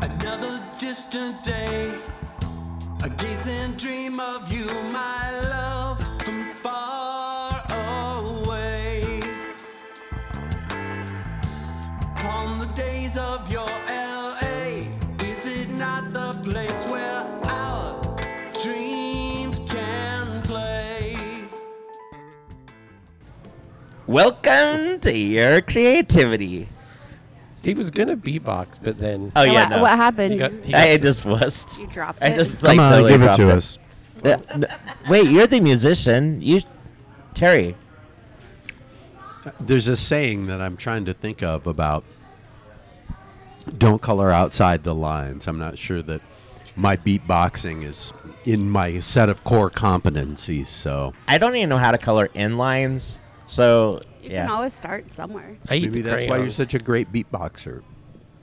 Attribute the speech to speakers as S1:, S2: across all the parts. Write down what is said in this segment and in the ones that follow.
S1: another distant day. I gaze and dream of you, my love, from far away. Upon the days of your LA, is it not the place where our dreams can play?
S2: Welcome to your creativity.
S3: Steve was gonna beatbox, but then
S2: Oh
S4: Wha-
S2: yeah, no.
S4: What
S3: he
S4: happened?
S3: got, he got
S2: I
S3: s-
S2: just was.
S4: you dropped
S2: I
S4: it.
S2: just like
S5: Come on,
S2: totally
S5: give it
S2: dropped
S5: to us.
S2: Uh, n- wait, you're the musician. You, Terry.
S5: There's a saying that I'm trying to think of about don't color outside the lines. I'm not sure that my beatboxing is in my set of core competencies. So
S2: I don't even know how to color inlines. So
S4: you
S2: yeah,
S4: can always start somewhere.
S3: I eat
S5: maybe
S3: the
S5: that's why you're
S3: crayons.
S5: such a great beatboxer.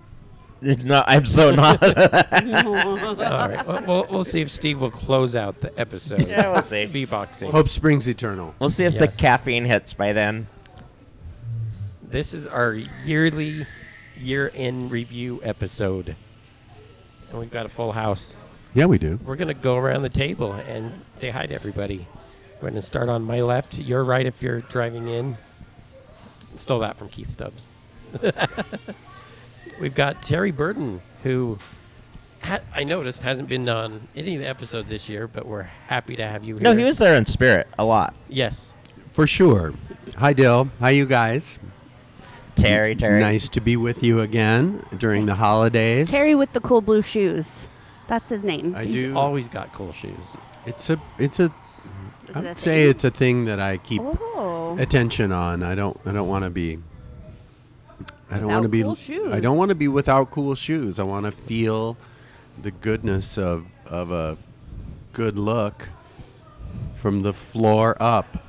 S2: no, I'm so not.
S3: All right, well, we'll, we'll see if Steve will close out the episode.
S2: Yeah, we'll see.
S3: Beatboxing.
S5: Hope springs eternal.
S2: we'll see if
S3: Yeah.
S2: the caffeine hits by then.
S3: This is our yearly year in review episode. And we've got a full house.
S5: Yeah, we do.
S3: We're going to go around the table and say hi to everybody. We're going to start on my left, your right if you're driving in. Stole that from Keith Stubbs. we've got Terry Burton, who ha- I noticed hasn't been on any of the episodes this year, but we're happy to have you here.
S2: No, he was there in spirit a lot.
S3: Yes.
S5: For sure. Hi, Dill. Hi, you guys.
S2: Terry, Terry.
S5: Nice to be with you again during the holidays.
S4: Terry with the cool blue shoes. That's his name.
S5: I
S3: He's
S5: do.
S3: always got cool shoes.
S5: It's a. It's a.
S4: Is
S5: I
S4: it a
S5: would say
S4: thing?
S5: it's a thing that I keep
S4: Oh.
S5: attention on. I don't. I don't want to be. I don't want to
S4: Without
S5: be.
S4: cool
S5: I
S4: shoes.
S5: don't want to be without cool shoes. I want to feel the goodness of of a good look from the floor up,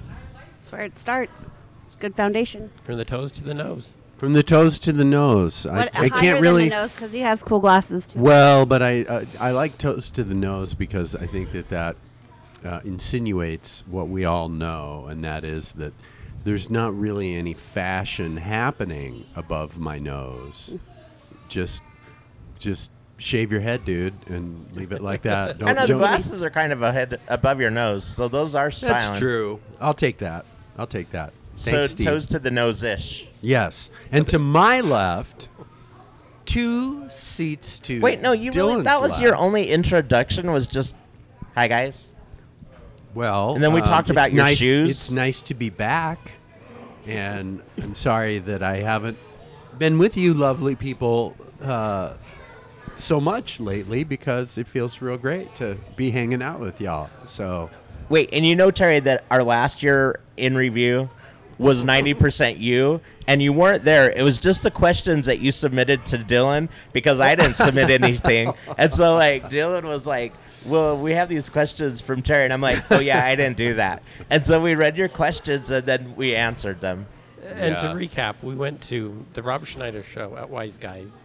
S4: That's where it starts. It's good foundation.
S3: From the toes to the nose.
S5: from the toes to the nose.
S4: But
S5: I, I
S4: higher
S5: can't really.
S4: than the nose because he has cool glasses too.
S5: Well, but I uh, I like toast to the nose because I think that that uh, insinuates what we all know, and that is that there's not really any fashion happening above my nose. Just just shave your head, dude, and leave it like that.
S2: I know the
S5: don't-
S2: glasses are kind of ahead above your nose, so those are styling.
S5: That's true. I'll take that. I'll take that.
S2: So
S5: Thanks, Steve.
S2: toes to the nose ish.
S5: Yes, and to my left, two seats to
S2: Wait, no, you really,
S5: Dylan's
S2: that was
S5: left.
S2: your only introduction was just, hi guys.
S5: Well, um,
S2: And then we talked
S5: it's
S2: about your
S5: nice-
S2: shoes.
S5: It's nice to be back, and I'm sorry that I haven't been with you, lovely people, uh, so much lately because it feels real great to be hanging out with y'all. So
S2: Wait, and you know, Terry, that our last year in review was 90% you, and you weren't there. It was just the questions that you submitted to Dylan because I didn't submit anything. And so, like, Dylan was like, Well, we have these questions from Terry. And I'm like, Oh, yeah, I didn't do that. And so we read your questions and then we answered them.
S3: And
S5: Yeah.
S3: to recap, we went to the Rob Schneider show at Wise Guys.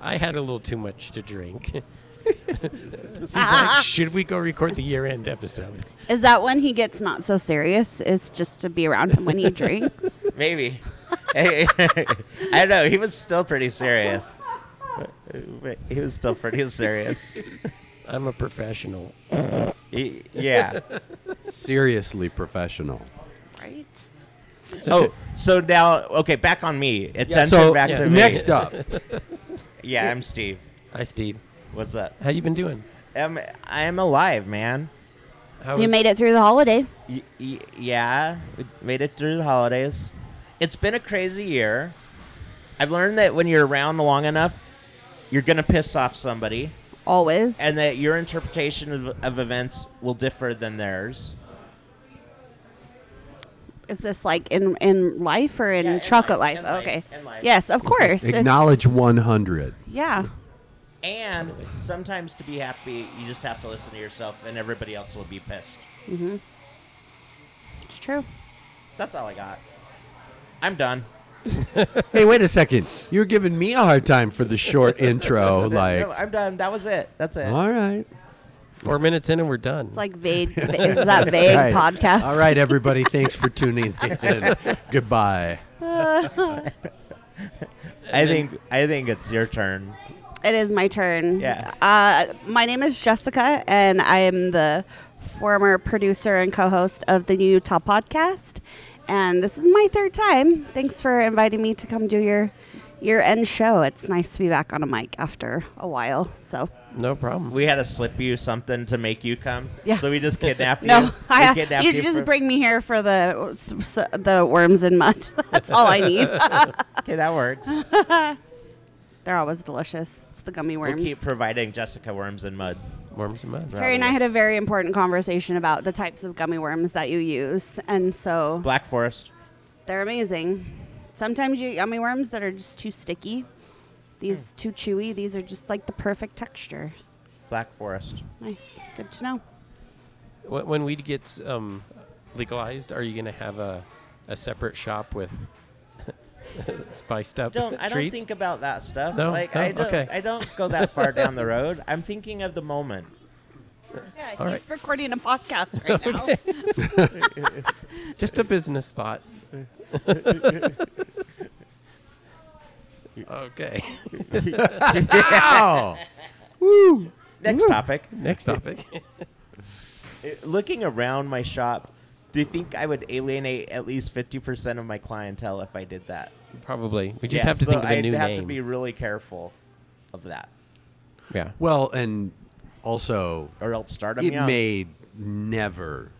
S3: I had a little too much to drink. Steve's
S4: Ah.
S3: like, Should we go record the year end episode?
S4: Is that when he gets not so serious? Is just to be around him when he drinks?
S2: Maybe. I don't know. He was still pretty serious. He was still pretty serious.
S3: I'm a professional.
S2: He- yeah.
S5: seriously professional.
S4: right?
S2: Oh, so now okay, back on me. Attention
S5: so
S2: back
S3: yeah,
S2: to me.
S5: next up,
S2: Yeah, I'm Steve.
S3: Hi, Steve.
S2: What's up?
S3: How you been doing?
S2: Um, I am alive, man.
S3: How
S4: You
S3: was-
S4: made it through the holiday.
S2: Y- y- yeah, we made it through the holidays. It's been a crazy year. I've learned that when you're around long enough, you're gonna piss off somebody,
S4: Always.
S2: and that your interpretation of, of events will differ than theirs.
S4: Is this like in in life or in
S2: Yeah, in
S4: chocolate
S2: life,
S4: life?
S2: in life,
S4: okay.
S2: in life.
S4: Yes, of course. It's-
S5: acknowledge 100.
S4: Yeah.
S2: And
S3: Totally.
S2: sometimes to be happy, you just have to listen to yourself, and everybody else will be pissed.
S4: It's true.
S2: That's all I got. I'm done.
S5: Hey, wait a second. You're giving me a hard time for the short intro. Like,
S2: No, I'm done. That was it. That's it.
S5: all right.
S3: Four minutes in and we're done.
S4: It's like vague. is that vague
S5: Right.
S4: podcast?
S5: All right, everybody. Thanks for tuning in. Goodbye.
S2: I think I think it's your turn.
S4: It It is my turn.
S2: Yeah.
S4: Uh, my name is Jessica, and I am the former producer and co host of the New Utah podcast. And this is my third time. Thanks for inviting me to come do your year end show. It's nice to be back on a mic after a while. So,
S3: No problem.
S2: We had to slip you something to make you come.
S4: Yeah.
S2: So we just kidnapped you.
S4: no,
S2: We
S4: I,
S2: kidnapped
S4: you just
S2: for-
S4: bring me here for the, s- s- the worms and mud. That's all I need.
S2: Okay, that works.
S4: They're always delicious. It's the gummy
S2: We'll
S4: worms.
S2: keep providing Jessica worms and mud.
S3: Warms and mud.
S4: Terry and I had a very important conversation about the types of gummy worms that you use, and so
S2: Black Forest.
S4: they're amazing. Sometimes you get gummy worms that are just too sticky. These too chewy. These are just like the perfect texture.
S2: Black Forest.
S4: Nice. Good to know.
S3: Wh- When weed gets um, legalized, are you going to have a, a separate shop with spiced up
S2: Don't I don't
S3: treats?
S2: think about that stuff.
S3: No?
S2: Like
S3: No?
S2: I don't
S3: Okay.
S2: I don't go that far down the road. I'm thinking of the moment.
S4: Yeah,
S3: All
S4: he's
S3: right.
S4: recording a podcast right now.
S3: Just a business thought. okay.
S5: Ow!
S2: Next topic.
S3: Next topic.
S2: Looking around my shop, do you think I would alienate at least fifty percent of my clientele if I did that?
S3: Probably. We just
S2: Yeah,
S3: have to
S2: so
S3: think of a
S2: I'd
S3: new
S2: have
S3: name.
S2: to be really careful of that,
S3: yeah.
S5: Well, and also,
S2: or else start them
S5: it
S2: young.
S5: may never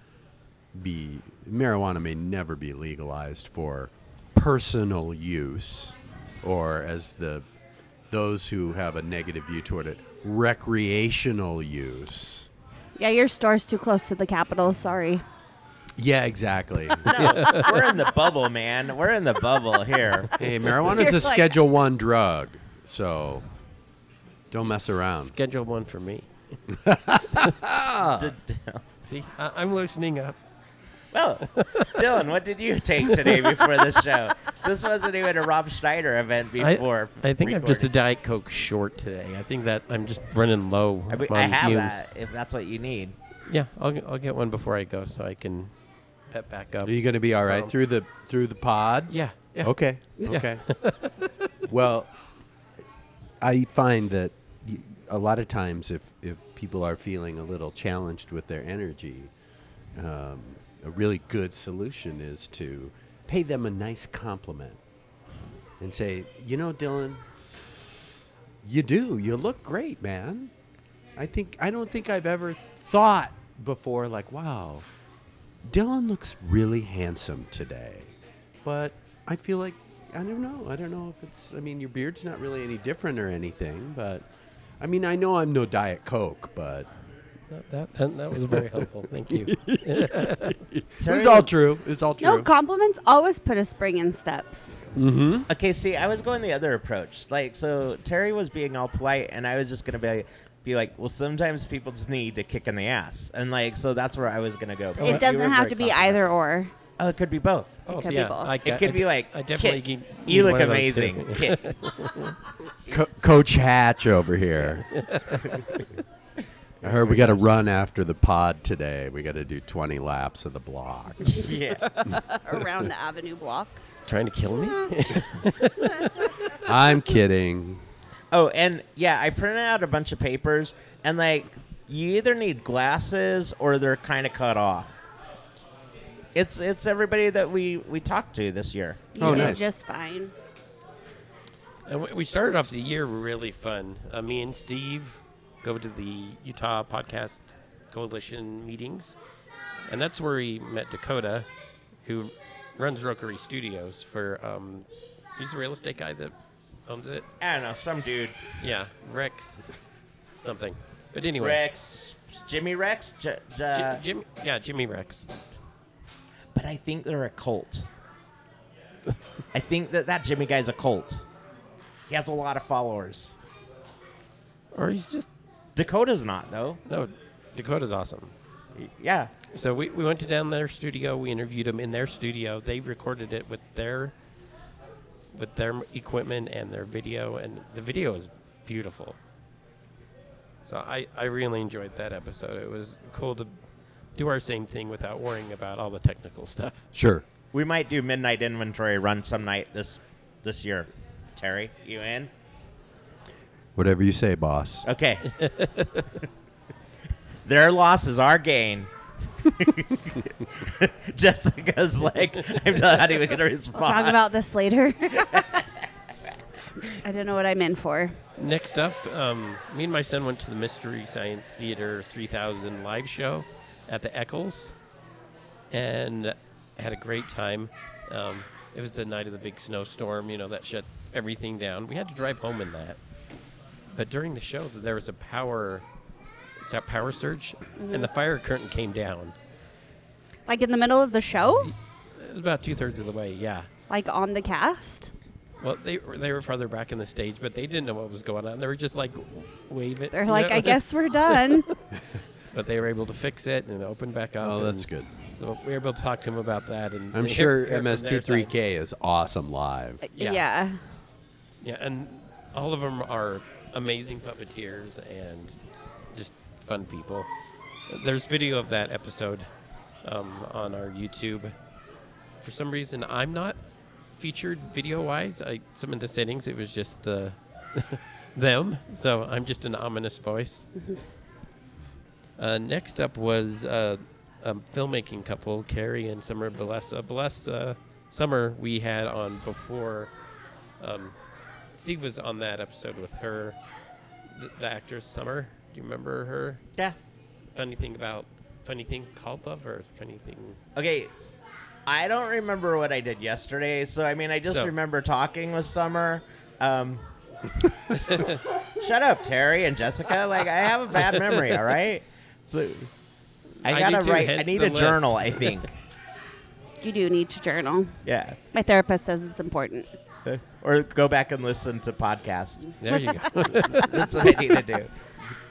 S5: be marijuana may never be legalized for personal use, or as the those who have a negative view toward it, recreational use.
S4: yeah, your store's too close to the Capitol. Sorry.
S5: Yeah, exactly.
S2: No, we're in the bubble, man. We're in the bubble here.
S5: hey, marijuana is a
S4: You're like-
S5: Schedule One drug, so don't mess around.
S3: Schedule one for me.
S2: D- d-
S3: See, I- I'm loosening up.
S2: Well, Dylan, what did you take today before the show? This wasn't even a Rob Schneider event
S3: I,
S2: before.
S3: I think I'm just a
S2: recording.
S3: Diet Coke short today. I think that I'm just running low
S2: I, mean,
S3: on
S2: I have
S3: fumes.
S2: that if that's what you need.
S3: Yeah, I'll, g- I'll get one before I go so I can pep back up.
S5: Are you going to be all right
S3: Um,
S5: through the through the pod?
S3: yeah, yeah.
S5: Okay. Okay. well, I find that y- a lot of times, if if people are feeling a little challenged with their energy, um, a really good solution is to pay them a nice compliment and say, "You know, Dylan, you do. You look great, man. I think I don't think I've ever thought before like, wow, Dylan looks really handsome today. But I feel like I don't know. I don't know if it's I mean, your beard's not really any different or anything, but I mean, I know I'm no diet coke, but
S3: No, That, that, that was very helpful. Thank you.
S5: it
S2: Terry
S5: was all
S2: was-
S5: true. It's all true.
S4: No compliments always put a spring in steps.
S2: Okay, see, I was going the other approach. Like, so Terry was being all polite, and I was just gonna be like, be like, well, sometimes people just need to kick in the ass, and like, so that's where I was gonna go. But Oh, you were
S4: it doesn't have
S2: very
S4: to be
S2: complimentary.
S4: either or.
S2: Oh, it could be both.
S3: Oh,
S4: could be both. It
S2: It
S3: got-
S2: could
S3: I
S2: be
S3: d-
S2: like,
S3: I definitely
S2: kick.
S3: ge- need
S2: you
S3: one
S2: look
S3: of those too.
S2: amazing. kick.
S5: Co- Coach Hatch over here. I heard we got to run after the pod today. We got to do 20 laps of the block.
S2: Yeah.
S4: around the avenue block.
S3: Trying to kill me?
S5: I'm kidding.
S2: Oh, and yeah, I printed out a bunch of papers, and like, you either need glasses or they're kind of cut off. It's it's everybody that we we talked to this year.
S4: You
S5: Oh,
S4: did
S5: nice.
S4: just fine.
S3: And we- we started off the year really fun. Uh, me and Steve go to the Utah Podcast Coalition meetings, and that's where we met Dakota, who runs Rookery Studios for. Um, he's the real estate guy that owns it.
S2: I don't know, some dude,
S3: Yeah, Rex, something. But anyway,
S2: Rex, Jimmy Rex, J-
S3: Ji-
S2: J-
S3: Jim, yeah, Jimmy Rex.
S2: but I think they're a cult. I think that that Jimmy guy's a cult. He has a lot of followers.
S3: Or he's just
S2: Dakota's not though.
S3: no. Dakota's awesome.
S2: Yeah,
S3: So we, we went to down their studio. We interviewed them in their studio. They recorded it with their with their m- equipment and their video, and the video is beautiful. So I, I really enjoyed that episode. It was cool to do our same thing without worrying about all the technical stuff.
S5: Sure.
S2: We might do midnight inventory run some night this this year. Terry, you in?
S5: Whatever you say, boss.
S2: Okay. Their loss is our gain. Jessica's like, I'm not even going to respond.
S4: Talk about this later. I don't know what I'm in for.
S3: Next up, um, me and my son went to the Mystery Science Theater 3000 live show at the Eccles and had a great time. Um, it was the night of the big snowstorm, you know, that shut everything down. We had to drive home in that. But during the show, there was a power s- power surge, and
S4: Mm-hmm.
S3: the fire curtain came down.
S4: Like in the middle of the show?
S3: It was about two thirds of the way, yeah.
S4: Like on the cast?
S3: Well, they were- they were farther back in the stage, but they didn't know what was going on. They were just like, wave it.
S4: They're like, I guess we're done.
S3: But they were able to fix it and open back up.
S5: Oh, that's
S3: and-
S5: good.
S3: So we were able to talk to him about that, and
S5: I'm
S3: hear-
S5: sure
S3: hear from their side.
S5: MS23K is awesome live.
S3: Yeah.
S4: Yeah.
S3: Yeah, and all of them are amazing puppeteers and just fun people. There's video of that episode um, on our YouTube. For some reason, I'm not featured video-wise. I some of the settings, it was just the them. So I'm just an ominous voice. Uh, next up was uh, a filmmaking couple, Carrie and Summer Balessa. Balessa, uh, Summer, we had on before. Um, Steve was on that episode with her, th- the actress Summer. Do you remember her?
S2: Yeah.
S3: Funny thing about funny thing called love, or funny thing.
S2: Okay. I don't remember what I did yesterday, so I mean, I just
S3: So-
S2: remember talking with Summer. Um, shut up, Terry and Jessica. Like, I have a bad memory. All right. So I
S3: I
S2: gotta
S3: do too,
S2: write. I
S3: hence
S2: need
S3: the
S2: a
S3: list.
S2: journal. I think.
S4: You do need to journal.
S2: Yeah.
S4: My therapist says it's important.
S2: Or go back and listen to podcast.
S3: There you go.
S2: That's what I need to do.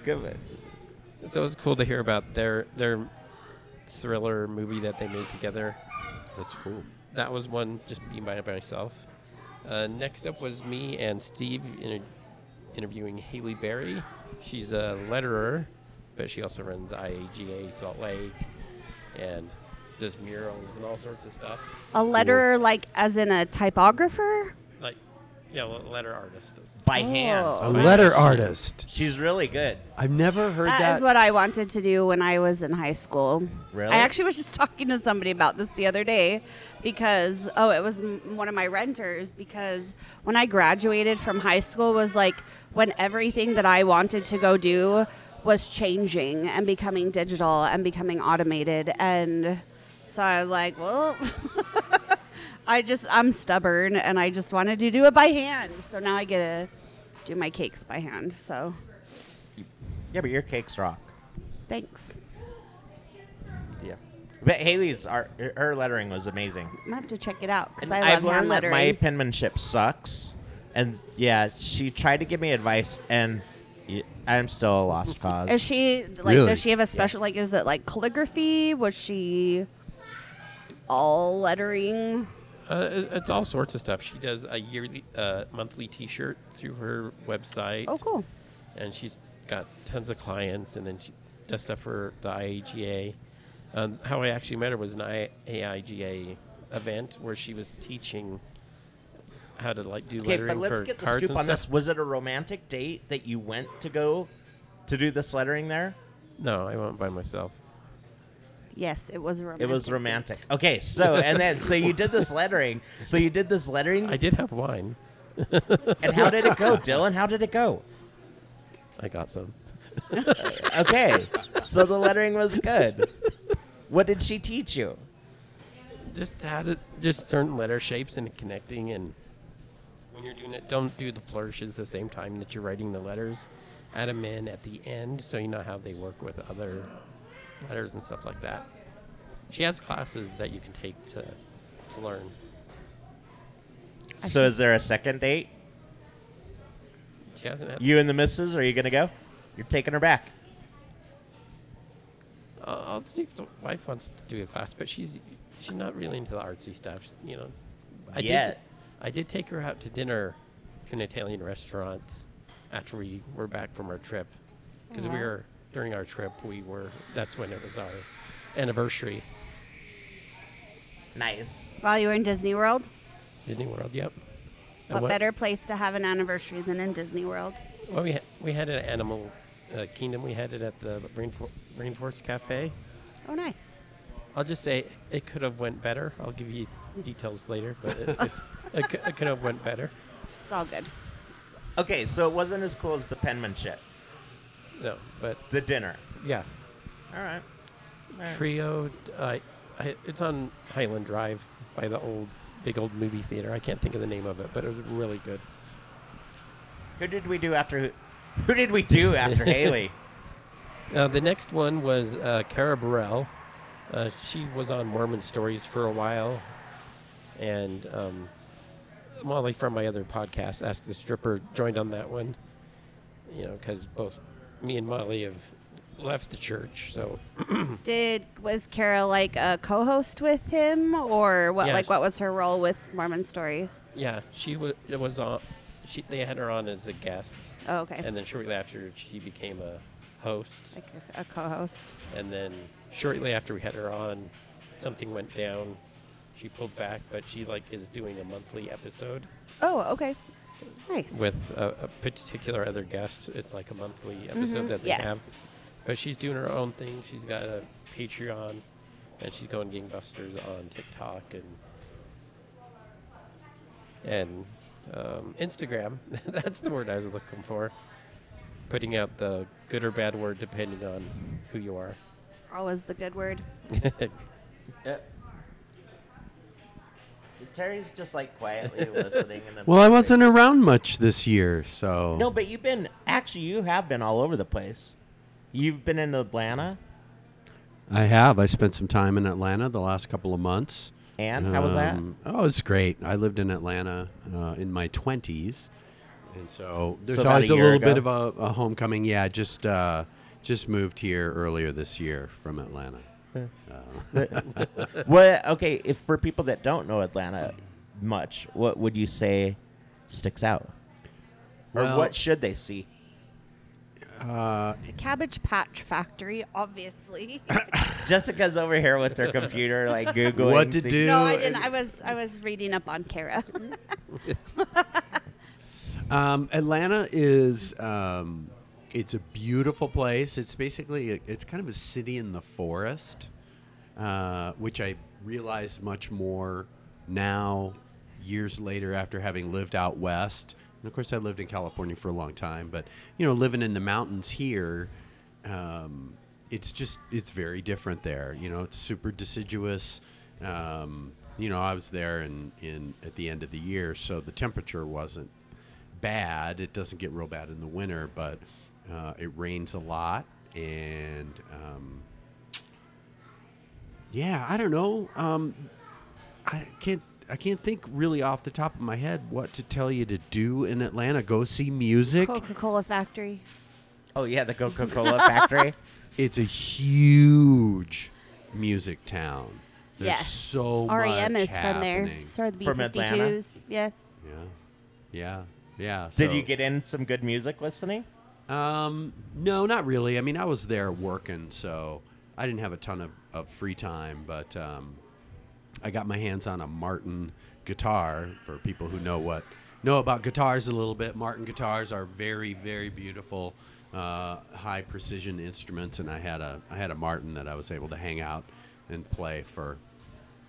S2: Good.
S3: so it was cool to hear about their their thriller movie that they made together.
S5: That's cool.
S3: That was one just being by myself. Uh, next up was me and Steve inter- interviewing Haley Berry. She's a letterer, but she also runs IAGA Salt Lake and does murals and all sorts of stuff.
S4: A letterer, like as in a typographer?
S3: Like, yeah, well, letter artist.
S2: By hand.
S5: A
S4: Oh.
S5: letter artist.
S2: She's really good.
S5: I've never heard that.
S4: That is what I wanted to do when I was in high school.
S2: Really?
S4: I actually was just talking to somebody about this the other day because oh, it was m- one of my renters because when I graduated from high school was like when everything that I wanted to go do was changing and becoming digital and becoming automated and so I was like, well, I just I'm stubborn and I just wanted to do it by hand. So now I get to do my cakes by hand. So
S2: Yeah, but your cakes rock.
S4: thanks.
S2: Yeah. But Haley's art, her lettering was amazing.
S4: I'm gonna have to check it out because
S2: And
S4: I
S2: I've
S4: love
S2: learned
S4: hand
S2: that my
S4: lettering.
S2: penmanship sucks. And yeah, she tried to give me advice, and y- I'm still a lost cause.
S4: Is she like?
S5: Really?
S4: Does she have a special like? Is it like calligraphy? Was she all lettering?
S3: Uh, it- it's all sorts of stuff. She does a yearly, uh, monthly T-shirt through her website.
S4: Oh, cool.
S3: and she's got tons of clients, and then she does stuff for the IAGA. Um, how I actually met her was an I- AIGA event where she was teaching how to like do
S2: okay,
S3: lettering
S2: but let's
S3: for
S2: get the
S3: cards
S2: scoop
S3: and
S2: on
S3: stuff.
S2: this. Was it a romantic date that you went to go to do this lettering there?
S3: No, I went by myself.
S4: Yes, it was a romantic.
S2: It was romantic.
S4: date.
S2: Okay, so and then so you did this lettering. So you did this lettering,
S3: I did have wine.
S2: and how did it go, Dylan? How did it go?
S3: I got some.
S2: Okay, so the lettering was good. What did she teach you?
S3: Just how to just certain letter shapes and connecting, and when you're doing it, don't do the flourishes the same time that you're writing the letters. Add them in at the end so you know how they work with other letters and stuff like that. She has classes that you can take to to learn.
S2: So is there a second date?
S3: She hasn't had.
S2: You and the missus, are you gonna go? You're taking her back.
S3: I'll, I'll see if the wife wants to do a class, but she's she's not really into the artsy stuff. She- You know, I did
S2: Yet.
S3: I did take her out to dinner to an Italian restaurant after we were back from our trip because we
S4: Aw.
S3: were during our trip we were that's when it was our anniversary
S2: Nice.
S4: While you were in Disney World,
S3: Disney World. Yep. And
S4: What,
S3: what-
S4: better place to have an anniversary than in Disney World?
S3: Well, we had, we had an Animal uh, Kingdom. We had it at the Rainfor- Rainforest Cafe.
S4: Oh, nice.
S3: I'll just say it could have went better. I'll give you details later, but it, it, it, cou- it could have went better.
S4: It's all good.
S2: Okay, so it wasn't as cool as the penmanship.
S3: No, but
S2: The dinner.
S3: yeah,
S2: All right.
S3: Trio. Uh, I, it's on Highland Drive by the old big old movie theater. I can't think of the name of it, but it was really good.
S2: Who did we do after? Who did we do after Haley?
S3: Uh, the next one was uh, Cara Burrell. Uh, she was on Mormon Stories for a while, and um, Molly from my other podcast, Ask the Stripper, joined on that one. You know, because both me and Molly have left the church, so
S4: Did was Kara like a co-host with him, or what?
S3: Yes.
S4: Like, what was her role with Mormon Stories?
S3: yeah, she was it was on. She they had her on as a guest,
S4: Oh, okay.
S3: and then shortly after she became a host,
S4: like a, a co-host.
S3: and then shortly after we had her on, something went down. She pulled back, but she like is doing a monthly episode.
S4: Oh, okay. Nice.
S3: with a, a particular other guest. It's like a monthly episode that they
S4: yes.
S3: have. But she's doing her own thing. She's got a Patreon, and she's going gangbusters on TikTok and and um, Instagram. That's the word I was looking for. Putting out the good or bad word depending on who you are.
S4: Always the good word.
S2: Uh, Terry's just like quietly listening. And
S5: Well, I wasn't around much this year, so
S2: No, but you've been actually you have been all over the place. You've been in Atlanta,
S5: I have. I spent some time in Atlanta the last couple of months.
S2: and how was that?
S5: Um, Oh, it's great. I lived in Atlanta uh, in my twenties, and so there's
S2: about
S5: always
S2: a
S5: a,
S2: year
S5: little bit of
S2: ago?
S5: a, a homecoming. Yeah, just uh, just moved here earlier this year from Atlanta.
S2: What? Okay, if for people that don't know Atlanta much, what would you say sticks out, or
S5: Well-
S2: what should they see?
S4: Cabbage Patch Factory, obviously.
S2: Jessica's over here with her computer, like googling
S5: What to
S2: things.
S5: do?
S4: no, I didn't. I was I was reading up on Kara.
S5: Um, Atlanta is um, it's a beautiful place. It's basically a, it's kind of a city in the forest, uh, which I realize much more now, years later after having lived out west. And of course, I lived in California for a long time, but you know, living in the mountains here, um, it's just it's very different there. You know, it's super deciduous. Um, you know, I was there in, in at the end of the year, so the temperature wasn't bad. It doesn't get real bad in the winter, but uh, it rains a lot. And um, yeah, I don't know. Um, I can't. I can't think really off the top of my head what to tell you to do in Atlanta. Go see music.
S4: Coca Cola Factory.
S2: Oh yeah, the Coca Cola factory.
S5: It's a huge music town. There's
S4: yes.
S5: so
S4: REM
S5: much
S4: is from there.
S5: happening.
S4: So are the B
S2: From Atlanta?
S4: 52s. Yes.
S5: yeah, yeah, yeah.
S2: Did
S5: so-
S2: you get in some good music listening?
S5: Um, no, not really. I mean, I was there working, so I didn't have a ton of, of free time, but um, I got my hands on a Martin guitar for people who know what know about guitars a little bit. Martin guitars are very, very beautiful, uh, high precision instruments, and I had a I had a Martin that I was able to hang out and play for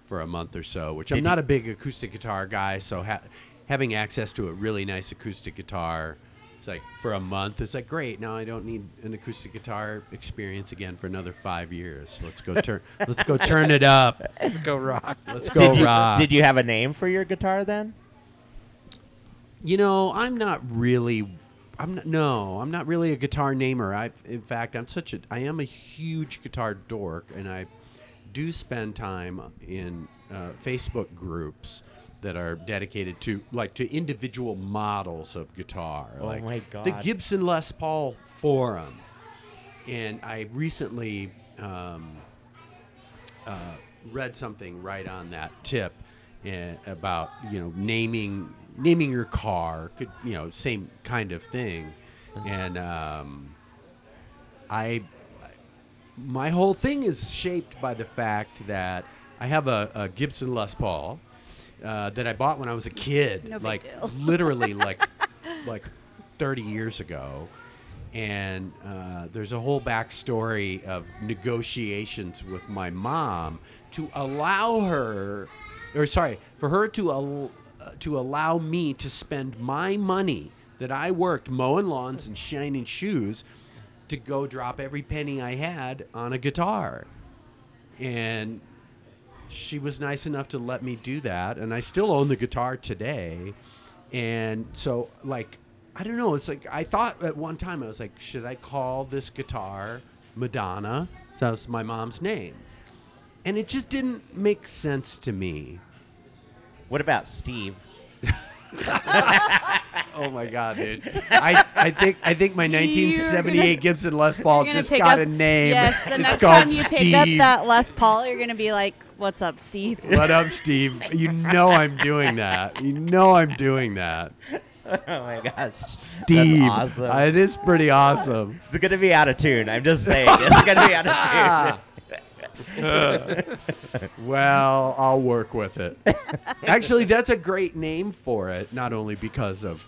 S5: for a month or so, which I'm not a big acoustic guitar guy. So ha- having access to a really nice acoustic guitar, it's like for a month, it's like great. Now I don't need an acoustic guitar experience again for another five years. Let's go turn. let's go turn it up.
S3: Let's go rock.
S5: Let's go
S2: did you,
S5: rock.
S2: Did you have a name for your guitar then?
S5: You know, I'm not really. I'm not, no, I'm not really a guitar namer. I, in fact, I'm such a. I am a huge guitar dork, and I do spend time in uh, Facebook groups that are dedicated to like to individual models of guitar.
S2: Oh
S5: like
S2: my
S5: The
S2: God.
S5: Gibson Les Paul forum, and I recently. Um, read something right on that tip eh, about you know naming naming your car could you know same kind of thing and um, I my whole thing is shaped by the fact that I have a, a Gibson Les Paul uh, that I bought when I was a kid,
S4: No big
S5: like
S4: deal.
S5: literally like like 30 years ago. And uh, there's a whole backstory of negotiations with my mom to allow her, or sorry, for her to al- uh, to allow me to spend my money that I worked mowing lawns and shining shoes to go drop every penny I had on a guitar. And she was nice enough to let me do that and i still own the guitar today and so like i don't know it's like i thought at one time i was like should i call this guitar madonna so that's my mom's name and it just didn't make sense to me
S2: What about Steve?
S5: oh my god dude I, I think i think my 1978
S4: gonna-
S5: gibson les paul
S4: You're gonna
S5: just
S4: pick
S5: got
S4: up-
S5: a name
S4: Yes, the
S5: it's
S4: next
S5: called
S4: time you
S5: steve
S4: pick up that Les Paul, you're gonna be like, "What's up, Steve?"
S5: what up steve you know i'm doing that you know i'm doing that
S2: Oh my gosh,
S5: Steve.
S2: That's awesome.
S5: Uh, It is pretty awesome.
S2: it's gonna be out of tune. I'm just saying, it's gonna be out of tune.
S5: well, I'll work with it. Actually, that's a great name for it, not only because of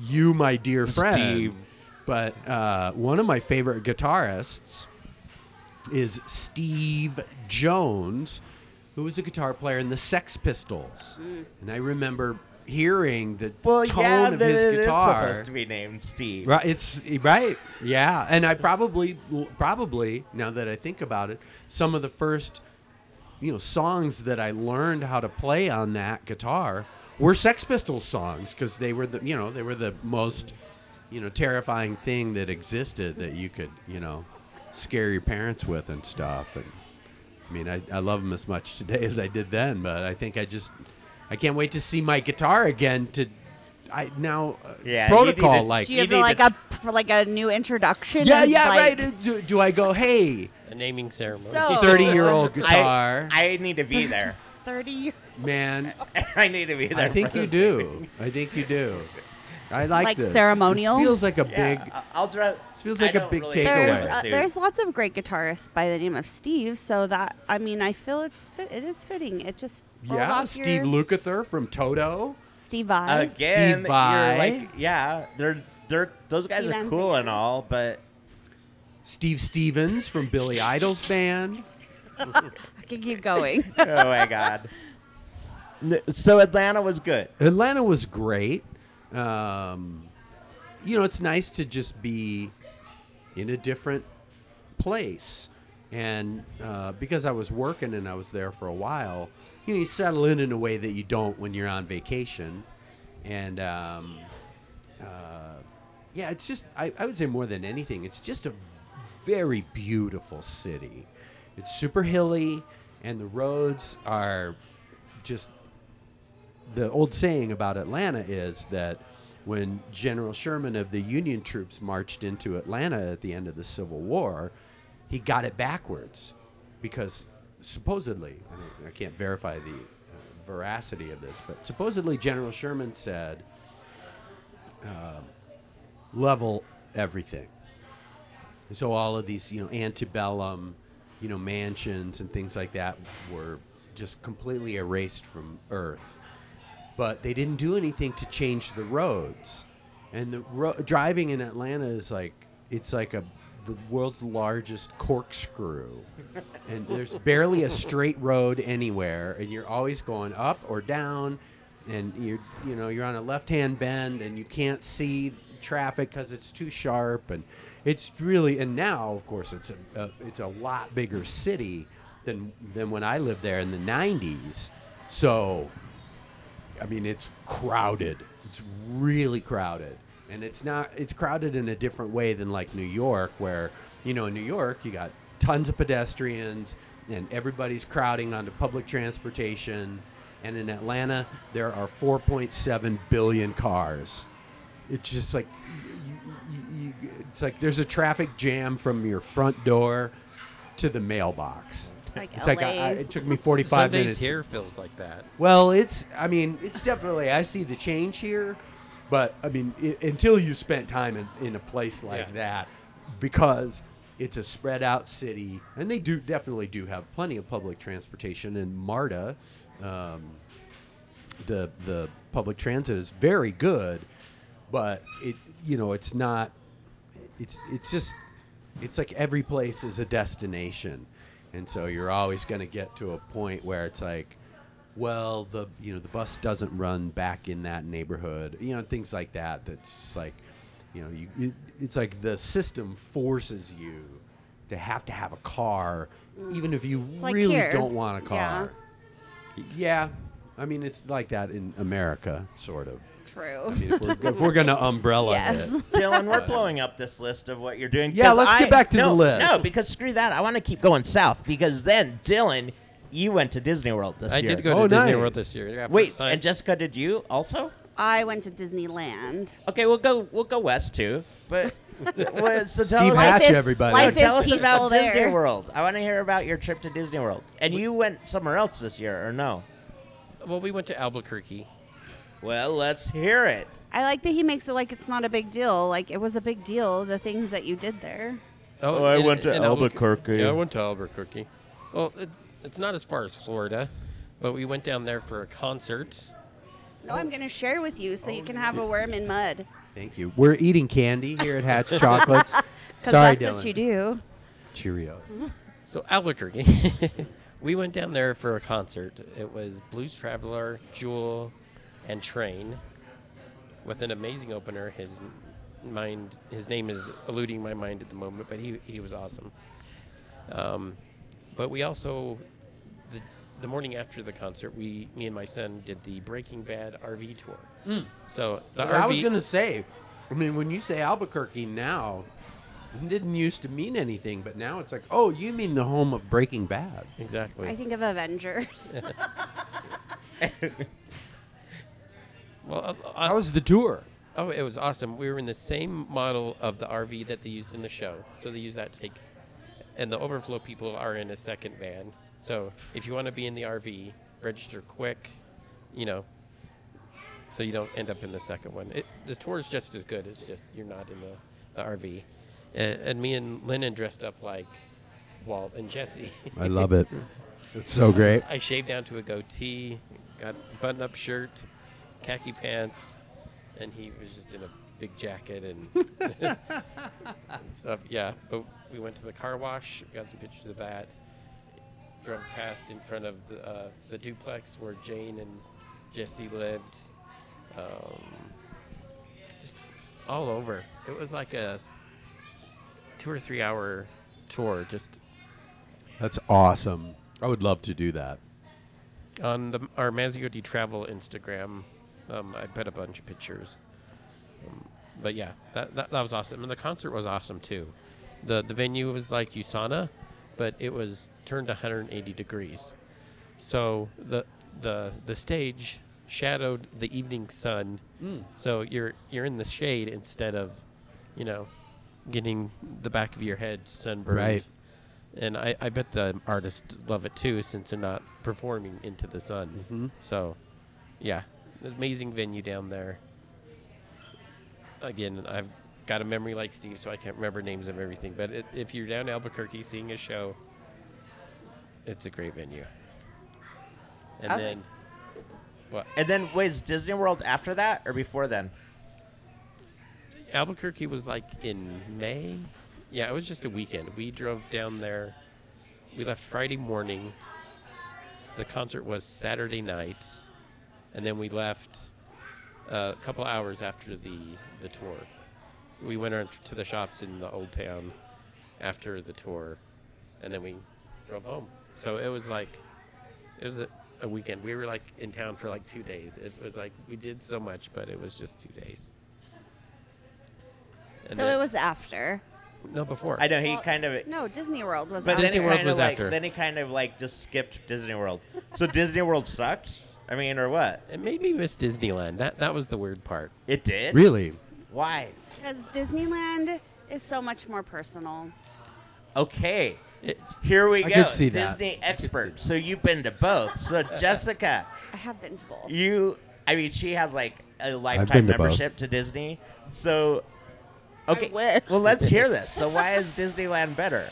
S5: you, my dear friend,
S2: Steve.
S5: but uh, one of my favorite guitarists is Steve Jones, who was a guitar player in the Sex Pistols.
S2: Mm.
S5: And I remember hearing the tone of his
S2: it is
S5: guitar.
S2: supposed to be named Steve.
S5: Right, it's eh, right. Yeah, and I probably probably now that I think about it, some of the first you know songs that I learned how to play on that guitar were Sex Pistols songs because they were the you know they were the most you know terrifying thing that existed that you could you know scare your parents with and stuff. And I mean, I, I love them as much today as I did then, but I think I just I can't wait to see my guitar again to. I now uh,
S2: Yeah, you need to-
S5: protocol like
S4: Do you have
S2: You need
S4: like
S2: to-
S4: a for like a new introduction?
S5: yeah,
S4: It's
S5: yeah,
S4: like-
S5: right. Do, do I go, hey,
S3: A naming ceremony.
S4: So- Oh.
S5: 30 year old
S2: I,
S5: guitar?
S2: I need to be there.
S4: Thirty. years.
S5: man,
S2: I need to be there.
S5: I think
S2: for
S5: you
S2: this
S5: do. I think you do. I like,
S4: Like
S5: this. This
S4: ceremonial? Uh,
S5: feels like a
S2: Yeah,
S5: big.
S2: I- I'll draw.
S5: feels like
S2: a
S5: a big
S4: There's
S5: Takeaway.
S4: uh, there's lots of great guitarists by the name of Steve, so that I mean I feel it's fit, it is fitting. It just rolled
S5: yeah,
S4: off
S5: Steve Uh,
S4: your-
S5: Lukather from Toto.
S4: Steve Vai.
S2: again.
S5: Steve
S2: You're
S5: Vai.
S2: like, yeah, they're they're those guys
S4: Steve
S2: are
S4: Anson.
S2: cool and all, but
S5: Steve Stevens from Billy Idol's band.
S4: I can keep going.
S2: oh my god. N- So Atlanta was good.
S5: Atlanta was great. Um, you know, it's nice to just be in a different place. And uh, because I was working and I was there for a while, you know, you settle in in a way that you don't when you're on vacation. And um, uh, yeah, it's just, I, I would say more than anything, it's just a very beautiful city. It's super hilly, and the roads are just the old saying about Atlanta is that when General Sherman of the Union troops marched into Atlanta at the end of the Civil War, he got it backwards because supposedly, I, don't- I can't verify the uh, veracity of this, but supposedly General Sherman said, um level everything. And so all of these, you know, antebellum, you know, mansions and things like that were just completely erased from Earth. But they didn't do anything to change the roads, and the ro- driving in Atlanta is like it's like a the world's largest corkscrew, and there's barely a straight road anywhere, and you're always going up or down, and you you know you're on a left-hand bend and you can't see traffic because it's too sharp and it's really and now of course it's a, a it's a lot bigger city than than when I lived there in the 90s so I mean it's crowded it's really crowded and it's not it's crowded in a different way than like New York where you know in New York you got tons of pedestrians and everybody's crowding onto public transportation and in Atlanta there are 4.7 billion cars it's just like you, you, it's like there's a traffic jam from your front door to the mailbox. It's
S4: like
S5: I, I-
S4: LA.
S5: it took me 45
S3: Some days
S5: minutes.
S3: here feels like that.
S5: Well, it's I mean it's definitely I see the change here, but I mean i until you spent time in, in a place like
S3: Yeah.
S5: that, because it's a spread out city, and they do definitely do have plenty of public transportation. And MARTA, um, the the public transit is very good, but it you know it's not. It's it's just it's like every place is a destination, and so you're always going to get to a point where it's like, well the you know the bus doesn't run back in that neighborhood, you know things like that. That's just like, you know you it, it's like the system forces you to have to have a car, even if you
S4: like
S5: really
S4: here.
S5: don't want a car.
S4: Yeah.
S5: Yeah, I mean it's like that in America, sort of.
S4: True.
S5: I mean, if we're, if we're gonna umbrella
S4: Yes.
S5: it,
S2: Dylan, we're blowing up this list of what you're doing.
S5: Yeah,
S2: 'cause
S5: let's
S2: I-
S5: get back to the
S2: no,
S5: list.
S2: No, because screw that. I want to keep going south because then, Dylan, you went to Disney World this
S3: I
S2: year.
S3: did go
S5: Oh,
S3: to Disney
S5: nice.
S3: World this year. Yeah,
S2: Wait,
S3: first time.
S2: and Jessica, did you also?
S4: I went to Disneyland.
S2: Okay, we'll go. We'll go west too. But well, so tell
S5: Steve
S2: us-
S5: Hatch,
S4: is,
S5: everybody.
S2: No,
S4: Life
S2: tell
S4: is
S2: us
S4: peaceful
S2: about
S4: there.
S2: Disney World. I want to hear about your trip to Disney World. And you went somewhere else this year, or no?
S3: well, we went to Albuquerque.
S2: Well, let's hear it.
S4: I like that he makes it like it's not a big deal. Like it was a big deal the things that you did there.
S2: Oh, I went to
S3: Albuqu-
S2: Albuquerque.
S3: Yeah, I went to Albuquerque. Well, it, it's not as far as Florida, but we went down there for a concert.
S4: No, I'm gonna share with you so you can have a worm in mud.
S5: thank you. We're eating candy here at Hatch Chocolates.
S4: Because
S5: Sorry,
S4: that's
S5: Dylan.
S4: what you do.
S5: Cheerio.
S3: So Albuquerque, we went down there for a concert. It was Blues Traveler, Jewel, and Train, with an amazing opener. His mind, his name is eluding my mind at the moment, but he he was awesome. Um, but we also, the, the morning after the concert, we me and my son did the Breaking Bad RV tour. So the RV.
S5: Hmm. I was gonna say, I mean, when you say Albuquerque now, it didn't used to mean anything, but now it's like, oh, you mean the home of Breaking Bad?
S3: Exactly.
S4: I think of Avengers.
S3: well, uh, uh,
S5: That was the tour.
S3: Oh, it was awesome. We were in the same model of the RV that they used in the show. So they use that to take, and the overflow people are in a second van. So if you want to be in the RV, register quick, you know, so you don't end up in the second one. It, the tour is just as good. It's just you're not in the, the RV. And, and me and Lennon dressed up like Walt and Jesse.
S5: I love it. It's so great.
S3: I shaved down to a goatee, got a button up shirt, khaki pants, and he was just in a big jacket and, and stuff. Yeah, but we went to the car wash, got some pictures of that, drove past in front of the, uh, the duplex where Jane and Jesse lived. Um, just all over. It was like a two or three hour tour just
S5: That's awesome. I would love to do that.
S3: on the, our Maziotti Travel Instagram, um, I put a bunch of pictures. Um, but yeah, that, that that was awesome, and the concert was awesome too. the The venue was like USANA, but it was turned 180 degrees. So the the the stage shadowed the evening sun, so you're you're in the shade instead of, you know, getting the back of your head sunburned.
S5: Right.
S3: And I, I bet the artists love it too, since they're not performing into the sun. So, yeah, amazing venue down there. Again, I've got a memory like Steve, so I can't remember names of everything. But it, if you're down in Albuquerque seeing a show, it's a great venue. And
S2: I
S3: then, what?
S2: And then was Disney World after that or before then?
S3: Albuquerque was like in May. Yeah, it was just a weekend. We drove down there. We left Friday morning. The concert was Saturday night, and then we left uh, a couple hours after the the tour. So we went around to the shops in the old town after the tour, and then we drove home. So it was like it was a, a weekend. We were like in town for like two days. It was like we did so much, but it was just two days. And
S4: so
S3: then-
S4: it was after.
S3: no, before.
S2: I know he
S4: Well,
S2: kind of.
S4: No, Disney World was
S2: But
S4: after.
S2: then he
S3: Disney World
S2: kind of
S3: was
S2: like
S3: after.
S2: then he kind of like just skipped Disney World. So Disney World sucked. I mean, or what?
S3: It made me miss Disneyland. That that was the weird part.
S2: It did.
S5: Really?
S2: Why?
S4: Because Disneyland is so much more personal.
S2: Okay.
S3: It,
S2: Here we
S5: I
S2: go.
S5: could see that. I
S2: Disney
S5: could see
S2: expert.
S5: that.
S2: So you've been to both. So Jessica,
S4: I have been to both.
S2: you. I mean, she has like a
S5: been
S2: lifetime
S5: to both.
S2: membership to Disney. So, okay.
S4: wish.
S2: Well, let's hear this. So why is Disneyland better?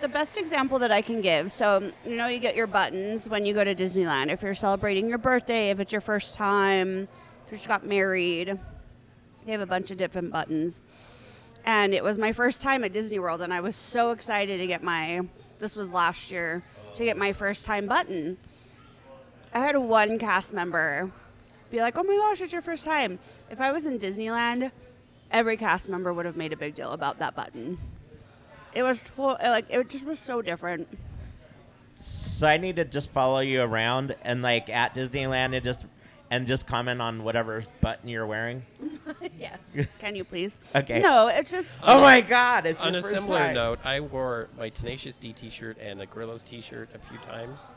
S4: the best example that I can give. So, you know, you get your buttons when you go to Disneyland. If you're celebrating your birthday, if it's your first time, if you just got married, they have a bunch of different buttons. And it was my first time at Disney World, and I was so excited to get my, this was last year, to get my first time button. I had one cast member be like, oh my gosh, it's your first time. If I was in Disneyland, every cast member would have made a big deal about that button. It was to- like it just was so different.
S2: So I need to just follow you around and like at Disneyland and just and just comment on whatever button you're wearing.
S4: Yes. Can you please?
S2: Okay.
S4: No, it's just
S2: Oh my God! It's
S3: On
S2: your
S3: a
S2: first
S3: similar
S2: time.
S3: note, I wore my Tenacious D T-shirt and a Gorillas T-shirt a few times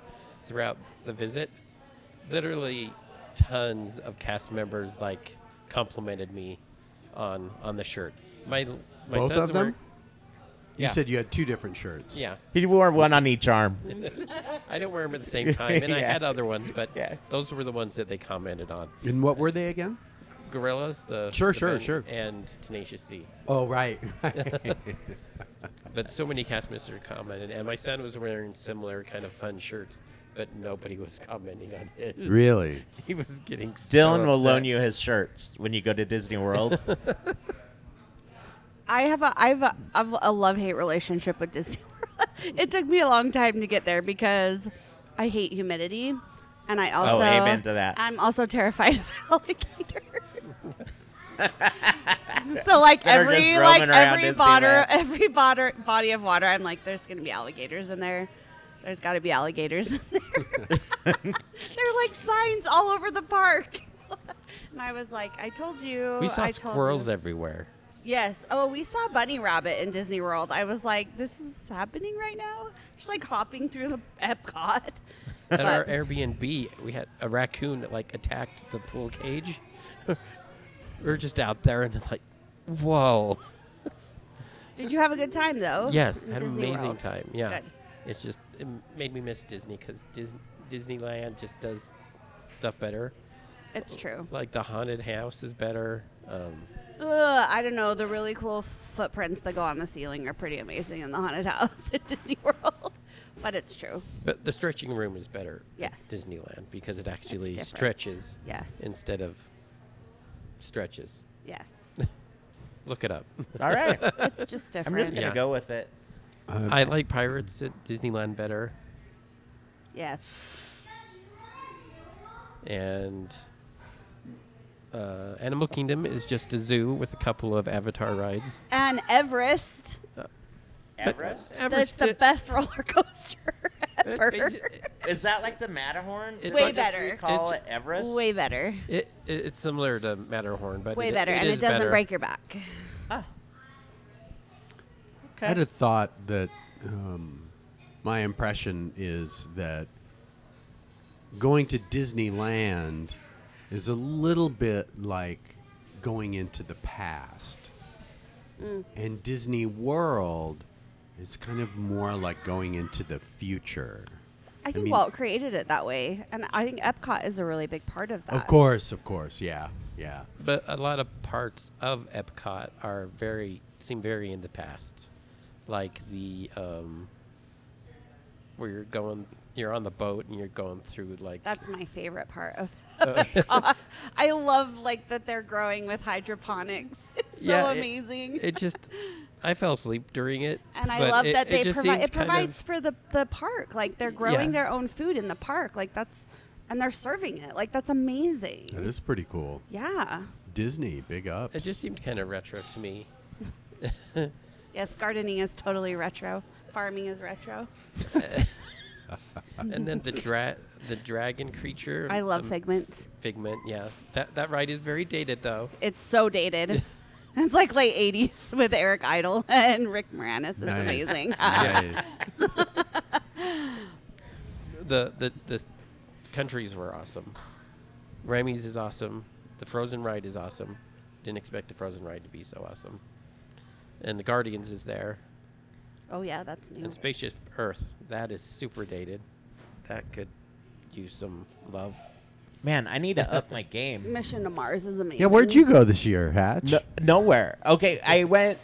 S3: throughout the visit. Literally, tons of cast members like complimented me on on the shirt. My my
S5: Both
S3: sons
S5: of
S3: were-
S5: them?
S3: yeah,
S5: You said you had two different shirts.
S3: yeah.
S2: He wore one on each arm.
S3: I didn't wear them at the same time, and I
S2: Yeah.
S3: had other ones, but
S2: Yeah.
S3: those were the ones that they commented on.
S5: And what were they again?
S3: Gorillas, the
S5: Sure,
S3: the
S5: sure,
S3: band,
S5: sure.
S3: and Tenacious D.
S5: Oh, right.
S3: But so many cast members commented, and my son was wearing similar kind of fun shirts, but nobody was commenting on his.
S5: really?
S3: He was getting.
S2: Dylan will loan you his shirts when you go to Disney World.
S4: I have a I've a, I've a love hate relationship with Disney World. it took me a long time to get there because I hate humidity, and I also
S2: Oh, amen to that.
S4: I'm also terrified of alligators. so like
S2: That are just
S4: every like
S2: roaming around
S4: every bottle
S2: Disneyland.
S4: every bottle body of water, I'm like, there's gonna be alligators in there. There's got to be alligators in there. They're like signs all over the park. and I was like, I told you.
S3: We saw
S4: I told
S3: squirrels
S4: you.
S3: everywhere.
S4: Yes. Oh, we saw Bunny Rabbit in Disney World. I was like, this is happening right now. She's like hopping through the Epcot.
S3: At our
S4: But-
S3: Airbnb, we had a raccoon that like attacked the pool cage. we were just out there, and it's like, whoa.
S4: Did you have a good time though?
S3: Yes,
S4: in
S3: had an
S4: Disney
S3: amazing
S4: World?
S3: time. Yeah,
S4: Good.
S3: it's just it m- made me miss Disney because Disneyland just does stuff better.
S4: It's true.
S3: Like the haunted house is better. Um,
S4: Ugh, I don't know. The really cool footprints that go on the ceiling are pretty amazing in the haunted house at Disney World. But it's true.
S3: But the stretching room is better. at
S4: Yes.
S3: Disneyland because it actually
S4: different.
S3: stretches
S4: Yes.
S3: instead of stretches.
S4: Yes.
S3: Look it up.
S2: All right,
S4: It's just
S2: I'm
S4: different.
S2: just gonna
S3: Yeah.
S2: go with it.
S3: I like pirates at Disneyland better,
S4: Yes.
S3: and uh, Animal Kingdom is just a zoo with a couple of Avatar rides.
S4: And Everest.
S2: Everest?
S4: That's the best roller coaster ever.
S2: Is that like the Matterhorn? Is
S3: It's
S2: that
S3: like-
S2: just what
S4: Way
S2: you Call it
S3: better.
S2: Everest.
S4: Way better.
S3: It, it, it's similar to Matterhorn, but
S4: Way
S3: it,
S4: better.
S3: it
S4: and
S3: is
S4: it doesn't
S3: better.
S4: break your back.
S5: I had a thought that um, my impression is that going to Disneyland is a little bit like going into the past. And Disney World is kind of more like going into the future.
S4: I think
S5: mean-
S4: Walt created it that way, and I think Epcot is a really big part of that.
S5: Of course, of course, yeah, yeah.
S3: But a lot of parts of Epcot are very seem very in the past, like the um, where you're going, you're on the boat and you're going through like
S4: That's my favorite part of
S3: Uh,
S4: Epcot. I love like that they're growing with hydroponics. It's so
S3: Yeah, it-
S4: amazing.
S3: It just, I fell asleep during it,
S4: and I
S3: but
S4: love that they
S3: just
S4: provide
S3: seemed
S4: it
S3: kind of-
S4: provides for the, the park. Like they're growing
S3: Yeah.
S4: their own food in the park. Like that's and they're serving it. Like that's amazing.
S5: That is pretty cool.
S4: yeah.
S5: Disney, big up.
S3: it just seemed kind of retro to me.
S4: Yes, gardening is totally retro. Farming is retro.
S3: Uh, And then the dra- the dragon creature.
S4: Mm-hmm. I love
S3: um,
S4: figments.
S3: Figment. Yeah, that that ride is very dated though.
S4: It's so dated. it's like late '80s with Eric Idle and Rick Moranis. It's
S5: Nice.
S4: amazing. Uh,
S5: Nice.
S3: the the the countries were awesome. Remy's is awesome. The Frozen ride is awesome. Didn't expect the Frozen ride to be so awesome. And the Guardians is there.
S4: oh yeah, that's new.
S3: And Spaceship Earth that is super dated. That could use some love.
S2: Man, I need to up my game.
S4: Mission to Mars is amazing.
S5: yeah, where'd you go this year, Hatch?
S2: No, nowhere. Okay, I went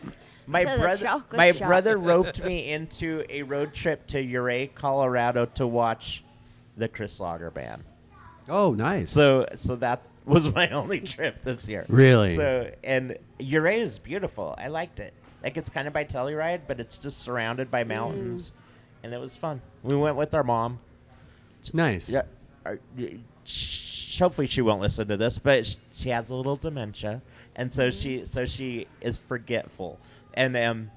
S2: My
S4: To the
S2: brother,
S4: chocolate
S2: my
S4: shop.
S2: brother roped me into a road trip to Uray, Colorado, to watch the Chris Lager band.
S5: Oh, nice.
S2: So, so that was my only trip this year.
S5: Really?
S2: So, and Uray is beautiful. I liked it. Like it's kind of by Telluride, but it's just surrounded by mountains, and it was fun. We went with our mom.
S5: nice.
S2: Yeah. uh, y- sh- Hopefully she won't listen to this, but sh- she has a little dementia, and so
S5: Mm-hmm.
S2: she so she is forgetful. And um,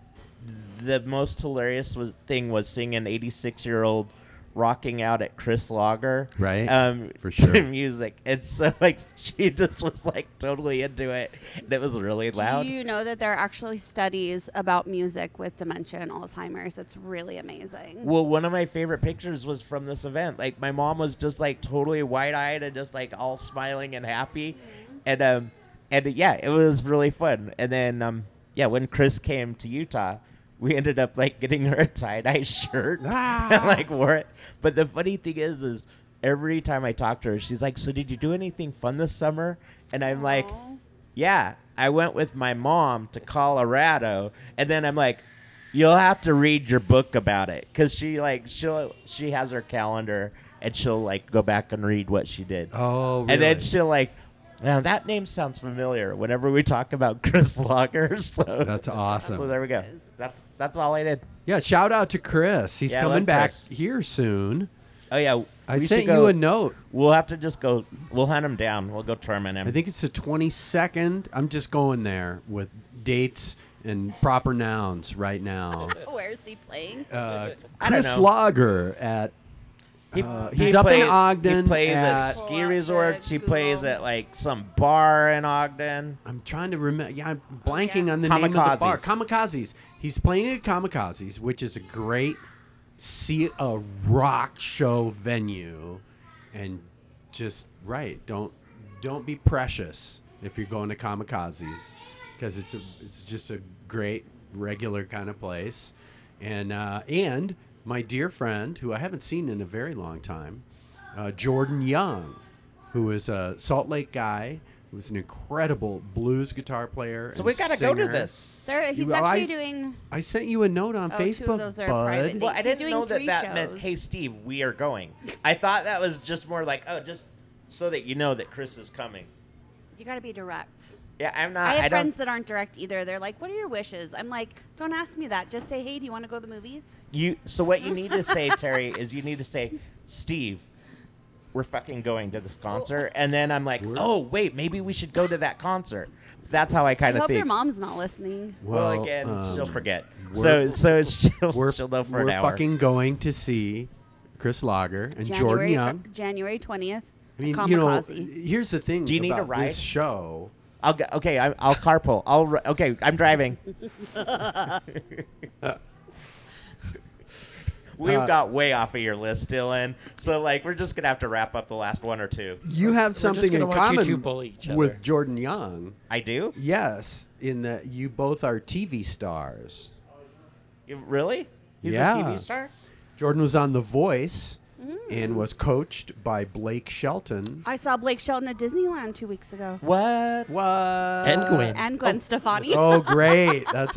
S2: the most hilarious was, thing was seeing an 86 year old rocking out at Chris Lager,
S5: Right.
S2: Um,
S5: For sure.
S2: to music, and so like she just was like totally into it, and it was really loud.
S4: Do you know that there are actually studies about music with dementia and Alzheimer's? It's really amazing.
S2: Well, one of my favorite pictures was from this event. Like my mom was just like totally wide-eyed and just like all smiling and happy, and um, and yeah, it was really fun. And then um, yeah, when Chris came to Utah, we ended up like getting her a tie-dye shirt and like wore it. But the funny thing is, is every time I talk to her, she's like, "So did you do anything fun this summer?" And I'm like,
S4: Aw.
S2: "Yeah, I went with my mom to Colorado," and then I'm like. You'll have to read your book about it because she like she'll she has her calendar and she'll like go back and read what she did.
S5: Oh,
S2: and then
S5: really?
S2: she'll like, now that name sounds familiar. Whenever we talk about Chris Locker, so
S5: That's awesome.
S2: So there we go. That's that's all I did.
S5: Yeah, shout out to Chris. He's
S2: Yeah, I
S5: coming
S2: love
S5: back
S2: Chris.
S5: here soon.
S2: Oh yeah,
S5: I
S2: we should
S5: sent
S2: go-
S5: you a note.
S2: We'll have to just go. We'll hunt him down. We'll go torment him.
S5: I think it's the 22nd. I'm just going there with dates and proper nouns right now.
S4: Where is he playing?
S5: Uh,
S2: I don't
S5: Chris
S2: know.
S5: Lager at
S2: He-
S5: Uh,
S2: he
S5: he's up in
S2: plays-
S5: Ogden
S2: He plays
S5: at-
S2: at ski resorts. He plays at like some bar in Ogden.
S5: I'm trying to remember. Yeah, I'm blanking on the name of the
S2: Kamikazes.
S5: bar. Kamikazes. He's playing at Kamikazes, which is a great see a rock show venue, and just right. Don't don't be precious if you're going to Kamikazes, because it's a it's just a great regular kind of place, and uh, and my dear friend who I haven't seen in a very long time, uh, Jordan Young, who is a Salt Lake guy, who's an incredible blues guitar player.
S2: So
S5: and
S2: we gotta go to
S5: singer.
S2: this.
S4: There, he's
S5: you- oh,
S4: actually
S5: I-
S4: doing.
S5: I sent you a note on
S4: Oh, two of
S5: Facebook,
S4: those are
S5: bud.
S4: private
S2: Well, I
S4: He's
S2: didn't
S4: doing
S2: know that
S4: three
S2: that meant,
S4: shows.
S2: hey, Steve, we are going. I thought that was just more like, oh, just so that you know that Chris is coming.
S4: You got to be direct.
S2: Yeah, I'm not.
S4: I
S2: I,
S4: have
S2: don't.
S4: friends that aren't direct either. They're like, "What are your wishes?" I'm like, "Don't ask me that. Just say, hey, do you want to go to the movies?"
S2: You. So what you need to say, Terry, is you need to say, Steve, we're fucking going to this concert, and then I'm like,
S5: We're-
S2: oh wait, maybe we should go to that concert. That's how I
S4: I
S2: kind of
S4: hope
S2: think.
S4: your mom's not listening.
S2: well, again, she'll
S5: um,
S2: forget. So
S5: we're-
S2: so she'll
S5: We're,
S2: she'll know for
S5: we're
S2: an hour.
S5: fucking going to see Chris Lager and Jordan
S4: January,
S5: Young.
S4: January twentieth.
S5: I mean, you know,
S4: Kamikaze.
S5: here's the thing
S2: Do you need
S5: about
S2: a ride?
S5: this show.
S2: I'll go, okay. I, I'll carpool. I'll ri- okay. I'm driving. We've
S5: Uh,
S2: got way off of your list, Dylan. So like, we're just gonna have to wrap up the last one or two.
S5: You have
S3: just
S5: something
S3: gonna
S5: in
S3: watch you
S5: common
S3: two bully each other.
S5: with Jordan Young.
S2: I do.
S5: Yes, in that you both are TV stars.
S2: You- Really? He's
S5: Yeah.
S2: a TV star.
S5: Jordan was on The Voice and was coached by Blake Shelton.
S4: I saw Blake Shelton at Disneyland two weeks ago,
S2: What?
S5: What?
S4: Uh,
S3: And Gwen.
S4: and Gwen Stefani.
S5: Oh, great. That's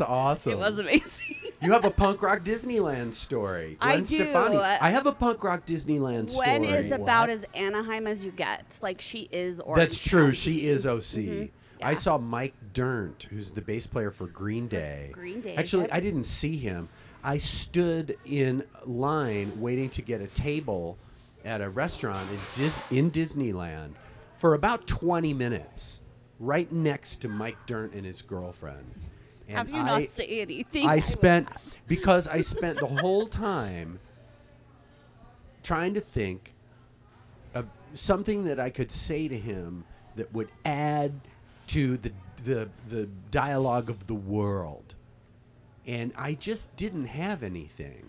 S5: awesome.
S4: it was amazing.
S5: You have a punk rock Disneyland story.
S4: I
S5: Gwen
S4: do. Uh,
S5: Stefani. I have a punk rock Disneyland story.
S4: Gwen is about
S5: What?
S4: as Anaheim as you get. Like she is. Orange
S5: That's true.
S4: County.
S5: She is OC. I
S4: Mm-hmm. Yeah.
S5: saw Mike Dirnt, who's the bass player for Green Day.
S4: Green Day,
S5: Actually,
S4: yep.
S5: I didn't see him. I stood in line waiting to get a table at a restaurant in, Dis- in Disneyland for about 20 minutes, right next to Mike Dirnt and his girlfriend. And
S4: Have you
S5: I-
S4: not say anything?
S5: I spent because I spent the whole time trying to think of something that I could say to him that would add to the the the dialogue of the world. And I just didn't have anything.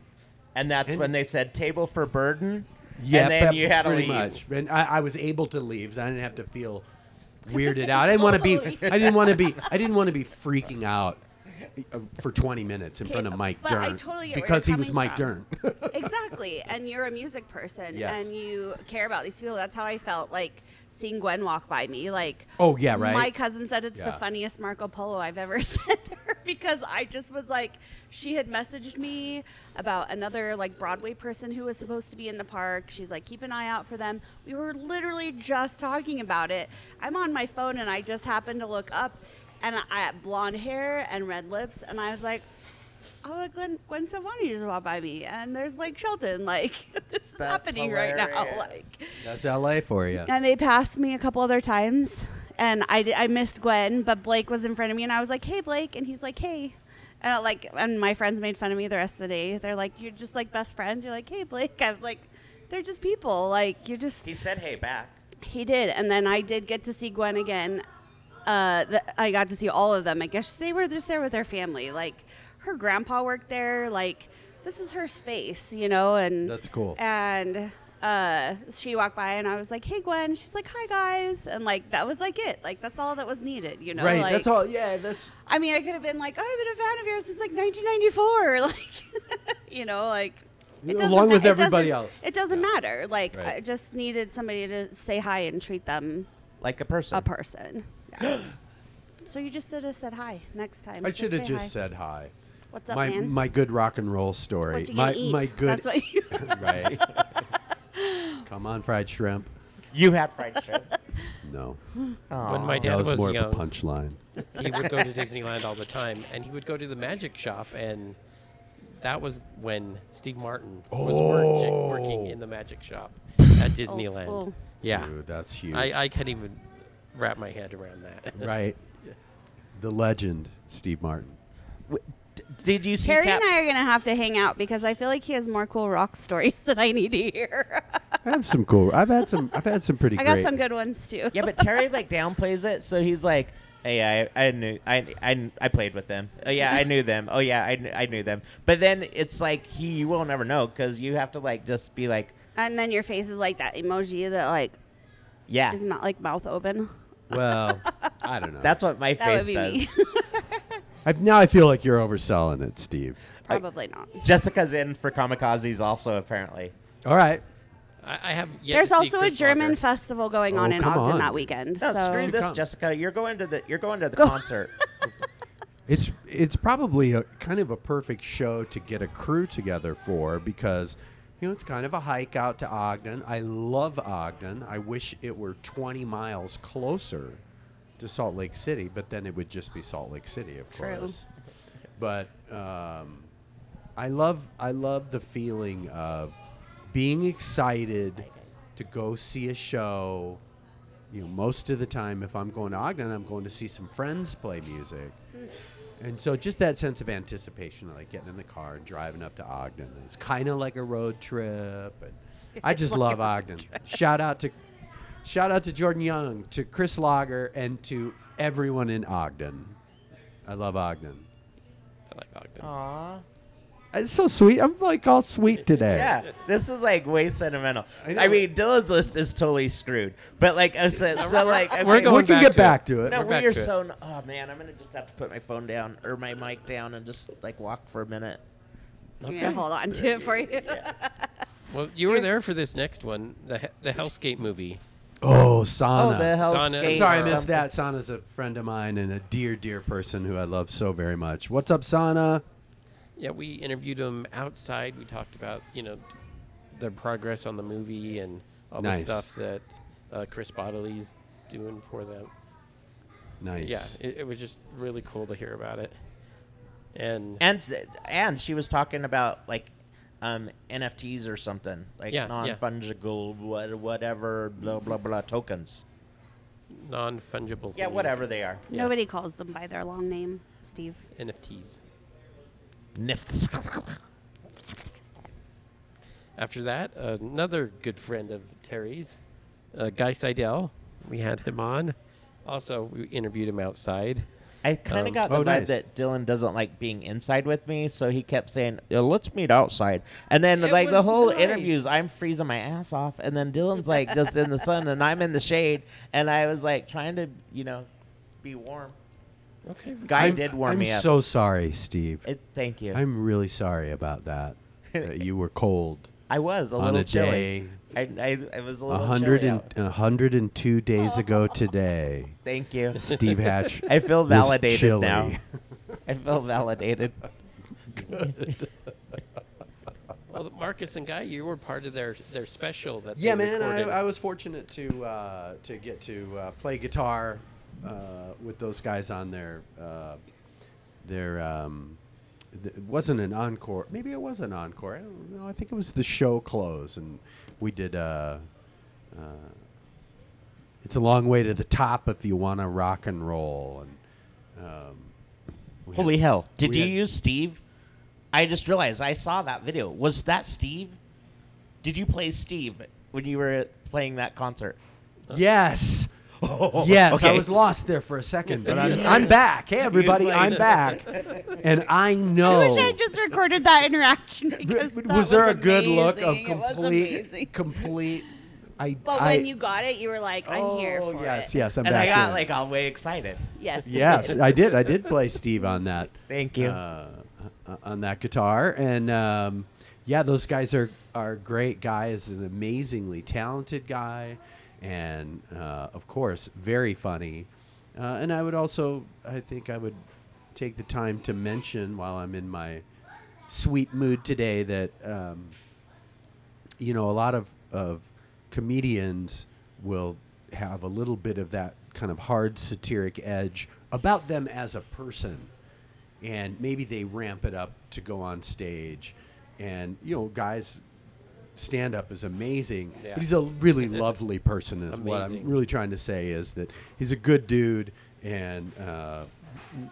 S2: And that's
S5: And-
S2: when they said table for burden.
S5: Yeah,
S2: And then
S5: pe-
S2: you had to
S5: pretty
S2: leave.
S5: much. And I, I was able to leave. So I didn't have to feel weirded out. I didn't want to be. I didn't want to be. I didn't want to be freaking out uh, for 20 minutes in
S4: Okay,
S5: front of Mike
S4: but I
S5: Dern
S4: totally get where
S5: because he
S4: you're
S5: was
S4: coming
S5: Mike
S4: from.
S5: Dern.
S4: exactly. And you're a music person,
S5: Yes.
S4: and you care about these people. That's how I felt. Like seeing Gwen walk by me. Like,
S5: Oh, yeah, right?
S4: My cousin said it's the
S5: Yeah.
S4: funniest Marco Polo I've ever sent her because I just was like, she had messaged me about another like Broadway person who was supposed to be in the park. She's like, keep an eye out for them. We were literally just talking about it. I'm on my phone and I just happened to look up, and I blonde hair and red lips, and I was like. Oh, Gwen, Gwen Stefani just walked by me, and there's Blake Shelton. Like, this is
S2: That's
S4: happening right now.
S2: hilarious.
S4: Like,
S5: That's LA for you.
S4: and they passed me a couple other times, and I, di- I missed Gwen, but Blake was in front of me, and I was like, "Hey, Blake," and he's like, "Hey," and I, like, and my friends made fun of me the rest of the day. They're like, "You're just like best friends." You're like, "Hey, Blake." I was like, "They're just people. Like, you just
S2: He said, "Hey, back."
S4: he did, and then I did get to see Gwen again. Uh, th- I got to see all of them. I guess they were just there with their family. Like her grandpa worked there. Like this is her space, you know. And
S5: That's cool.
S4: And uh, she walked by, and I was like, "Hey, Gwen." She's like, "Hi, guys," and like that was like it. Like that's all that was needed, you know.
S5: right.
S4: Like,
S5: that's all. Yeah. That's
S4: I mean, I could have been like, "Oh, I've been a fan of yours since like 1994," like you know, like it doesn't
S5: Along with
S4: it
S5: everybody
S4: doesn't-
S5: else.
S4: It doesn't matter. Like
S5: Right.
S4: I just needed somebody to say hi and treat them
S2: Like a person.
S4: a person. Yeah. so you just should have said hi next time.
S5: I should have
S4: say
S5: just
S4: hi.
S5: said hi.
S4: What's up,
S5: my
S4: man?
S5: my good rock and roll story.
S4: What you
S5: my
S4: gonna eat?
S5: my good
S4: That's what you.
S5: right. Come on, fried shrimp.
S2: You had fried shrimp.
S5: No,
S3: When my
S5: that
S3: dad
S5: was,
S3: was,
S5: more of a
S3: young,
S5: punchline.
S3: he would go to Disneyland all the time, and he would go to the magic shop, and that was when Steve Martin was working, working in the magic shop at Disneyland.
S4: school.
S3: Yeah,
S5: Oh. Dude, that's huge.
S3: I, I can't even wrap my head around that.
S5: right. The legend, Steve Martin.
S2: W- d- Did you see
S4: Terry
S2: Cap-
S4: and I are gonna have to hang out because I feel like he has more cool rock stories that I need to hear.
S5: I have some cool. I've had some. I've had some pretty.
S4: I got
S5: great-
S4: some good ones too.
S2: Yeah, but Terry like downplays it, so he's like, "Hey, I, I knew, I, I, I played with them. Oh yeah, I knew them. Oh yeah, I, kn- I knew them." But then it's like he, you will never know because you have to like just be like,
S4: And then your face is like that emoji that like
S2: "Yeah,
S4: is not like mouth open.
S5: Well, I don't know.
S2: that's what my
S4: That
S2: face
S4: would be
S2: does."
S4: me.
S5: I, now I feel like you're overselling it, Steve.
S4: Probably not.
S2: Jessica's in for kamikazes also apparently.
S5: All right.
S3: I, I have. Yet
S4: There's
S3: to see
S4: also a
S3: Chris
S4: German
S3: Lager.
S4: festival going
S5: Oh,
S4: on in
S5: come
S4: Ogden
S5: on.
S4: that weekend.
S2: No,
S4: so
S2: screw this,
S5: come.
S2: Jessica. You're going to the, you're going to the
S4: Go-
S2: concert.
S5: It's it's probably a kind of a perfect show to get a crew together for because you know it's kind of a hike out to Ogden. I love Ogden. I wish it were 20 miles closer to Salt Lake City, but then it would just be Salt Lake City, of
S4: True.
S5: course. But um, I love I love the feeling of being excited to go see a show. You know, most of the time, if I'm going to Ogden, I'm going to see some friends play music. And so just that sense of anticipation, like getting in the car and driving up to Ogden. It's kind of like a road trip. And I just love Ogden. Shout out to shout out to Jordan Young, to Chris Lager, and to everyone in Ogden. I love Ogden.
S3: I like Ogden.
S2: Aww.
S5: It's so sweet. I'm like all sweet today.
S2: Yeah, this is like way sentimental.
S5: I
S2: I,
S5: know.
S2: mean, Dylan's list is totally screwed, but like I said, so like okay,
S3: We're
S5: We
S3: going
S5: can
S3: back
S5: get
S3: to
S5: back
S3: it.
S5: to it.
S2: No,
S3: We're back
S2: we are
S3: to it.
S2: so. n- Oh man, I'm gonna just have to put my phone down or my mic down and just like walk for a minute.
S4: I'm gonna hold on to it for you.
S3: Well, you were there for this next one, the He- the Hellscape movie.
S5: Oh, sauna.
S3: Sauna.
S5: I'm
S3: Hey,
S5: sorry I
S3: uh,
S5: missed that. Sana's a friend of mine and a dear, dear person who I love so very much. What's up, Sana?
S3: Yeah, we interviewed them outside. We talked about you know their progress on the movie and all
S5: Nice.
S3: the stuff that uh, Chris Bodley's doing for them.
S5: Nice.
S3: Yeah, it, it was just really cool to hear about it. And,
S2: And th- and she was talking about like um, NFTs or something like
S3: Yeah, yeah.
S2: non fungible what, whatever blah blah blah tokens.
S3: non fungible.
S2: Yeah, whatever they are.
S3: Yeah.
S4: Nobody calls them by their long name, Steve.
S3: NFTs.
S2: Nifts.
S3: After that, another good friend of Terry's, uh, Guy Seidel. We had him on. Also, we interviewed him outside.
S2: I kind of
S3: Um,
S2: got the
S5: Oh,
S2: vibe
S5: nice.
S2: that Dylan doesn't like being inside with me, so he kept saying, "Yeah, "Let's meet outside." And then,
S3: It
S2: like the
S3: was
S2: whole
S3: nice.
S2: interviews, I'm freezing my ass off, and then Dylan's like just in the sun, and I'm in the shade, and I was like trying to, you know, be warm.
S3: Okay. we-
S2: Guy
S5: I'm-
S2: did warm
S5: I'm
S2: me up.
S5: so sorry, Steve.
S2: It, thank you.
S5: I'm really sorry about that. that you were cold.
S2: I was a
S5: On
S2: little
S5: a
S2: chilly.
S5: day-
S2: I, I, I was a little
S5: hundred
S2: chilly
S5: and
S2: out.
S5: a hundred and two days ago today,
S2: Thank you.
S5: Steve Hatch.
S2: I feel
S5: was
S2: validated
S5: chilly.
S2: now. I feel validated.
S3: Well, Marcus and Guy, you were part of their their special that
S5: Yeah,
S3: they
S5: man, I,
S3: recorded.
S5: I was fortunate to uh, to get to uh, play guitar uh, with those guys on their uh, their. Um, th- it wasn't an encore. Maybe it was an encore. I don't know. I think it was the show close, and we did. Uh, uh, it's a long way to the top if you want to rock and roll. And um, we
S2: Holy
S5: had-
S2: hell! Did
S5: we
S2: you
S5: had-
S2: use Steve? I just realized I saw that video. Was that Steve? Did you play Steve when you were playing that concert?
S5: Yes. Yes, I
S2: Okay.
S5: was lost there for a second, but I'm, I'm back. Hey, everybody, I'm back, and I
S4: I
S5: know.
S4: wish I had just recorded that interaction because
S5: Oh.
S4: that
S5: was, there a good look of
S4: amazing. It was amazing.
S5: complete, complete? I.
S4: But
S5: I-
S4: when you got it, you were like, "I'm
S5: oh,
S4: here for
S5: yes,
S4: it."
S5: yes, I'm
S2: and I
S5: back.
S2: got
S5: in.
S2: like all way excited.
S4: Yes, you
S5: yes,
S4: did.
S5: I did. I did play Steve on that.
S2: Thank you.
S5: Uh, uh, on that guitar, and um, yeah, those guys are are great. Guy is an amazingly talented guy, and uh, of course, very funny. Uh, and I would also, I think, I would take the time to mention while I'm in my sweet mood today that um, you know a lot of of comedians will have a little bit of that kind of hard satiric edge about them as a person and maybe they ramp it up to go on stage and you know guys stand up is amazing
S3: Yeah.
S5: but he's a really lovely person is what i'm
S3: Amazing.
S5: really trying to say is that he's a good dude and uh,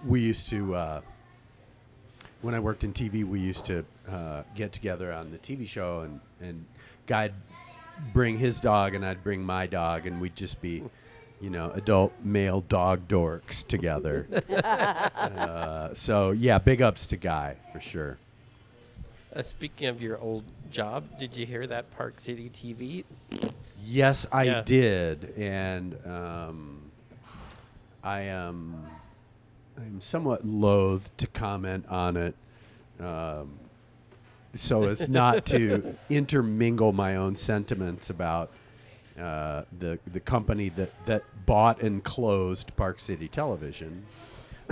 S5: we used to uh, when I worked in TV, we used to uh, get together on the TV show, and and Guy'd bring his dog, and I'd bring my dog, and we'd just be, you know, adult male dog dorks together. uh, so yeah, big ups to Guy for sure.
S3: Uh, speaking of your old job, did you hear that Park City TV?
S5: Yes, I
S3: Yeah.
S5: did, and um, I am I'm somewhat loath to comment on it, um, so as not to intermingle my own sentiments about uh, the the company that that bought and closed Park City Television,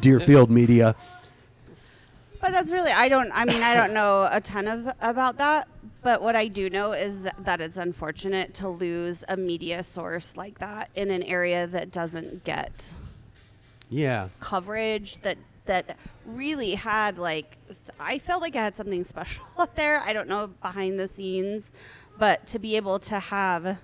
S5: Deerfield Media.
S4: But that's really I don't I mean I don't know a ton of about that, but what I do know is that it's unfortunate to lose a media source like that in an area that doesn't get
S5: Yeah,
S4: coverage that that really had like s- I felt like I had something special up there. I don't know behind the scenes, but to be able to have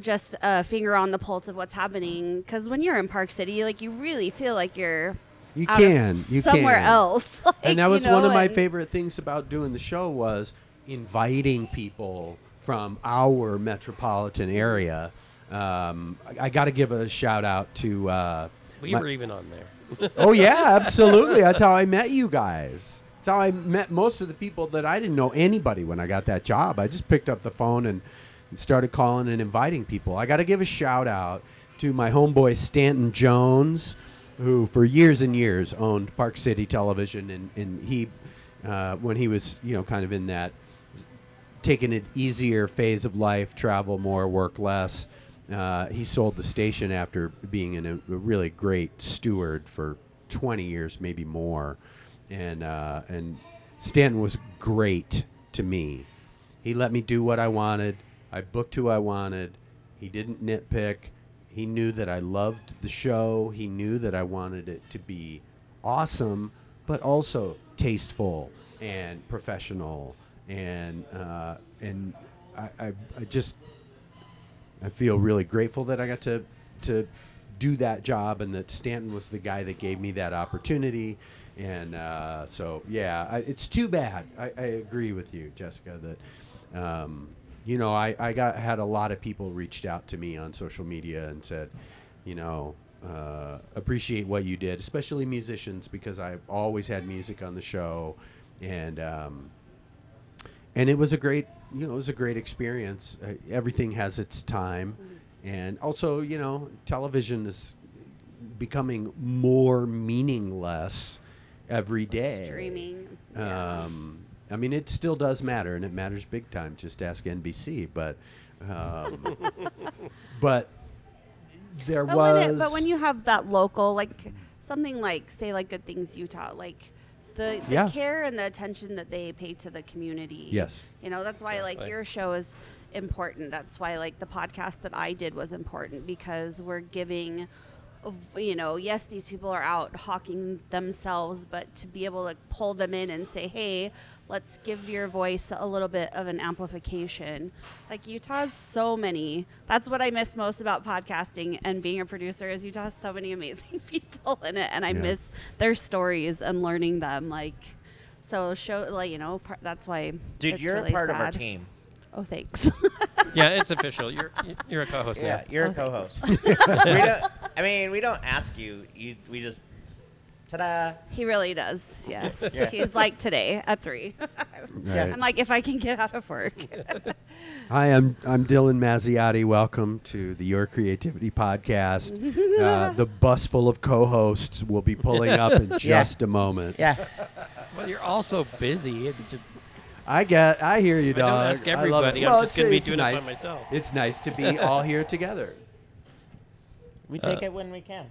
S4: just a finger on the pulse of what's happening cuz when you're in Park City, like you really feel like you're
S5: you
S4: out of
S5: can. you
S4: somewhere
S5: can.
S4: else. Like,
S5: and that
S4: you
S5: was one of
S4: know,
S5: my
S4: and-
S5: favorite things about doing the show was inviting people from our metropolitan area. Um, I, I got to give a shout out to. Uh,
S3: We
S5: my-
S3: were even on there.
S5: oh yeah, absolutely. That's how I met you guys. That's how I met most of the people that I didn't know anybody when I got that job. I just picked up the phone and and started calling and inviting people. I got to give a shout out to my homeboy Stanton Jones, who for years and years owned Park City Television, and and he, uh, when he was you know kind of in that taking an easier phase of life, travel more, work less. Uh, he sold the station after being in a, a really great steward for 20 years, maybe more. And uh, and Stanton was great to me. He let me do what I wanted. I booked who I wanted. He didn't nitpick. He knew that I loved the show. He knew that I wanted it to be awesome, but also tasteful and professional. And uh, and I, I, I just I feel really grateful that I got to to do that job and that Stanton was the guy that gave me that opportunity. And uh, so, yeah, I, it's too bad. I, I agree with you, Jessica, that, um, you know, I, I got had a lot of people reached out to me on social media and said, you know, uh, appreciate what you did, especially musicians, because I always had music on the show. And, um, and it was a great you know it was a great experience uh, everything has its time
S4: Mm-hmm.
S5: and also you know television is becoming more meaningless every day
S4: streaming.
S5: um, I mean, it still does matter, and it matters big time. Just ask NBC. But, um, but there
S4: But,
S5: was.
S4: when it, but when you have that local, like something like say like Good Things Utah, like the, the
S5: Yeah.
S4: care and the attention that they pay to the community.
S5: Yes.
S4: you know that's why like
S3: Exactly.
S4: your show is important. That's why like the podcast that I did was important because we're giving. of- You know, yes, these people are out hawking themselves, but to be able to pull them in and say, "Hey, let's give your voice a little bit of an amplification," like Utah's so many. That's what I miss most about podcasting and being a producer is Utah has so many amazing people in it, and I
S5: Yeah.
S4: miss their stories and learning them. Like, so show like you know par- that's why.
S2: Dude,
S4: it's
S2: you're
S4: really
S2: a part of our
S4: sad.
S2: team.
S4: Oh, thanks.
S3: yeah, it's official. You're you're a co-host
S2: Yeah,
S3: now.
S2: you're
S4: Oh,
S2: a co-host. we don't, I mean, we don't ask you. You, we just ta-da.
S4: he really does. Yes,
S2: Yeah.
S4: he's like today at three.
S5: Right.
S4: I'm like, if I can get out of work.
S5: Hi, I'm I'm Dylan Mazziotti. Welcome to the Your Creativity Podcast. uh, the bus full of co-hosts will be pulling up in just a moment.
S2: Yeah,
S3: Well, you're also busy. It's just
S5: I get, I hear you,
S3: don't
S5: dog.
S3: ask
S5: I love
S3: everybody.
S5: it.
S3: I'm
S5: Well,
S3: just
S5: it's-
S3: gonna be
S5: it's
S3: doing it by
S5: nice.
S3: myself.
S5: It's nice to be all here together.
S2: we take it when we can.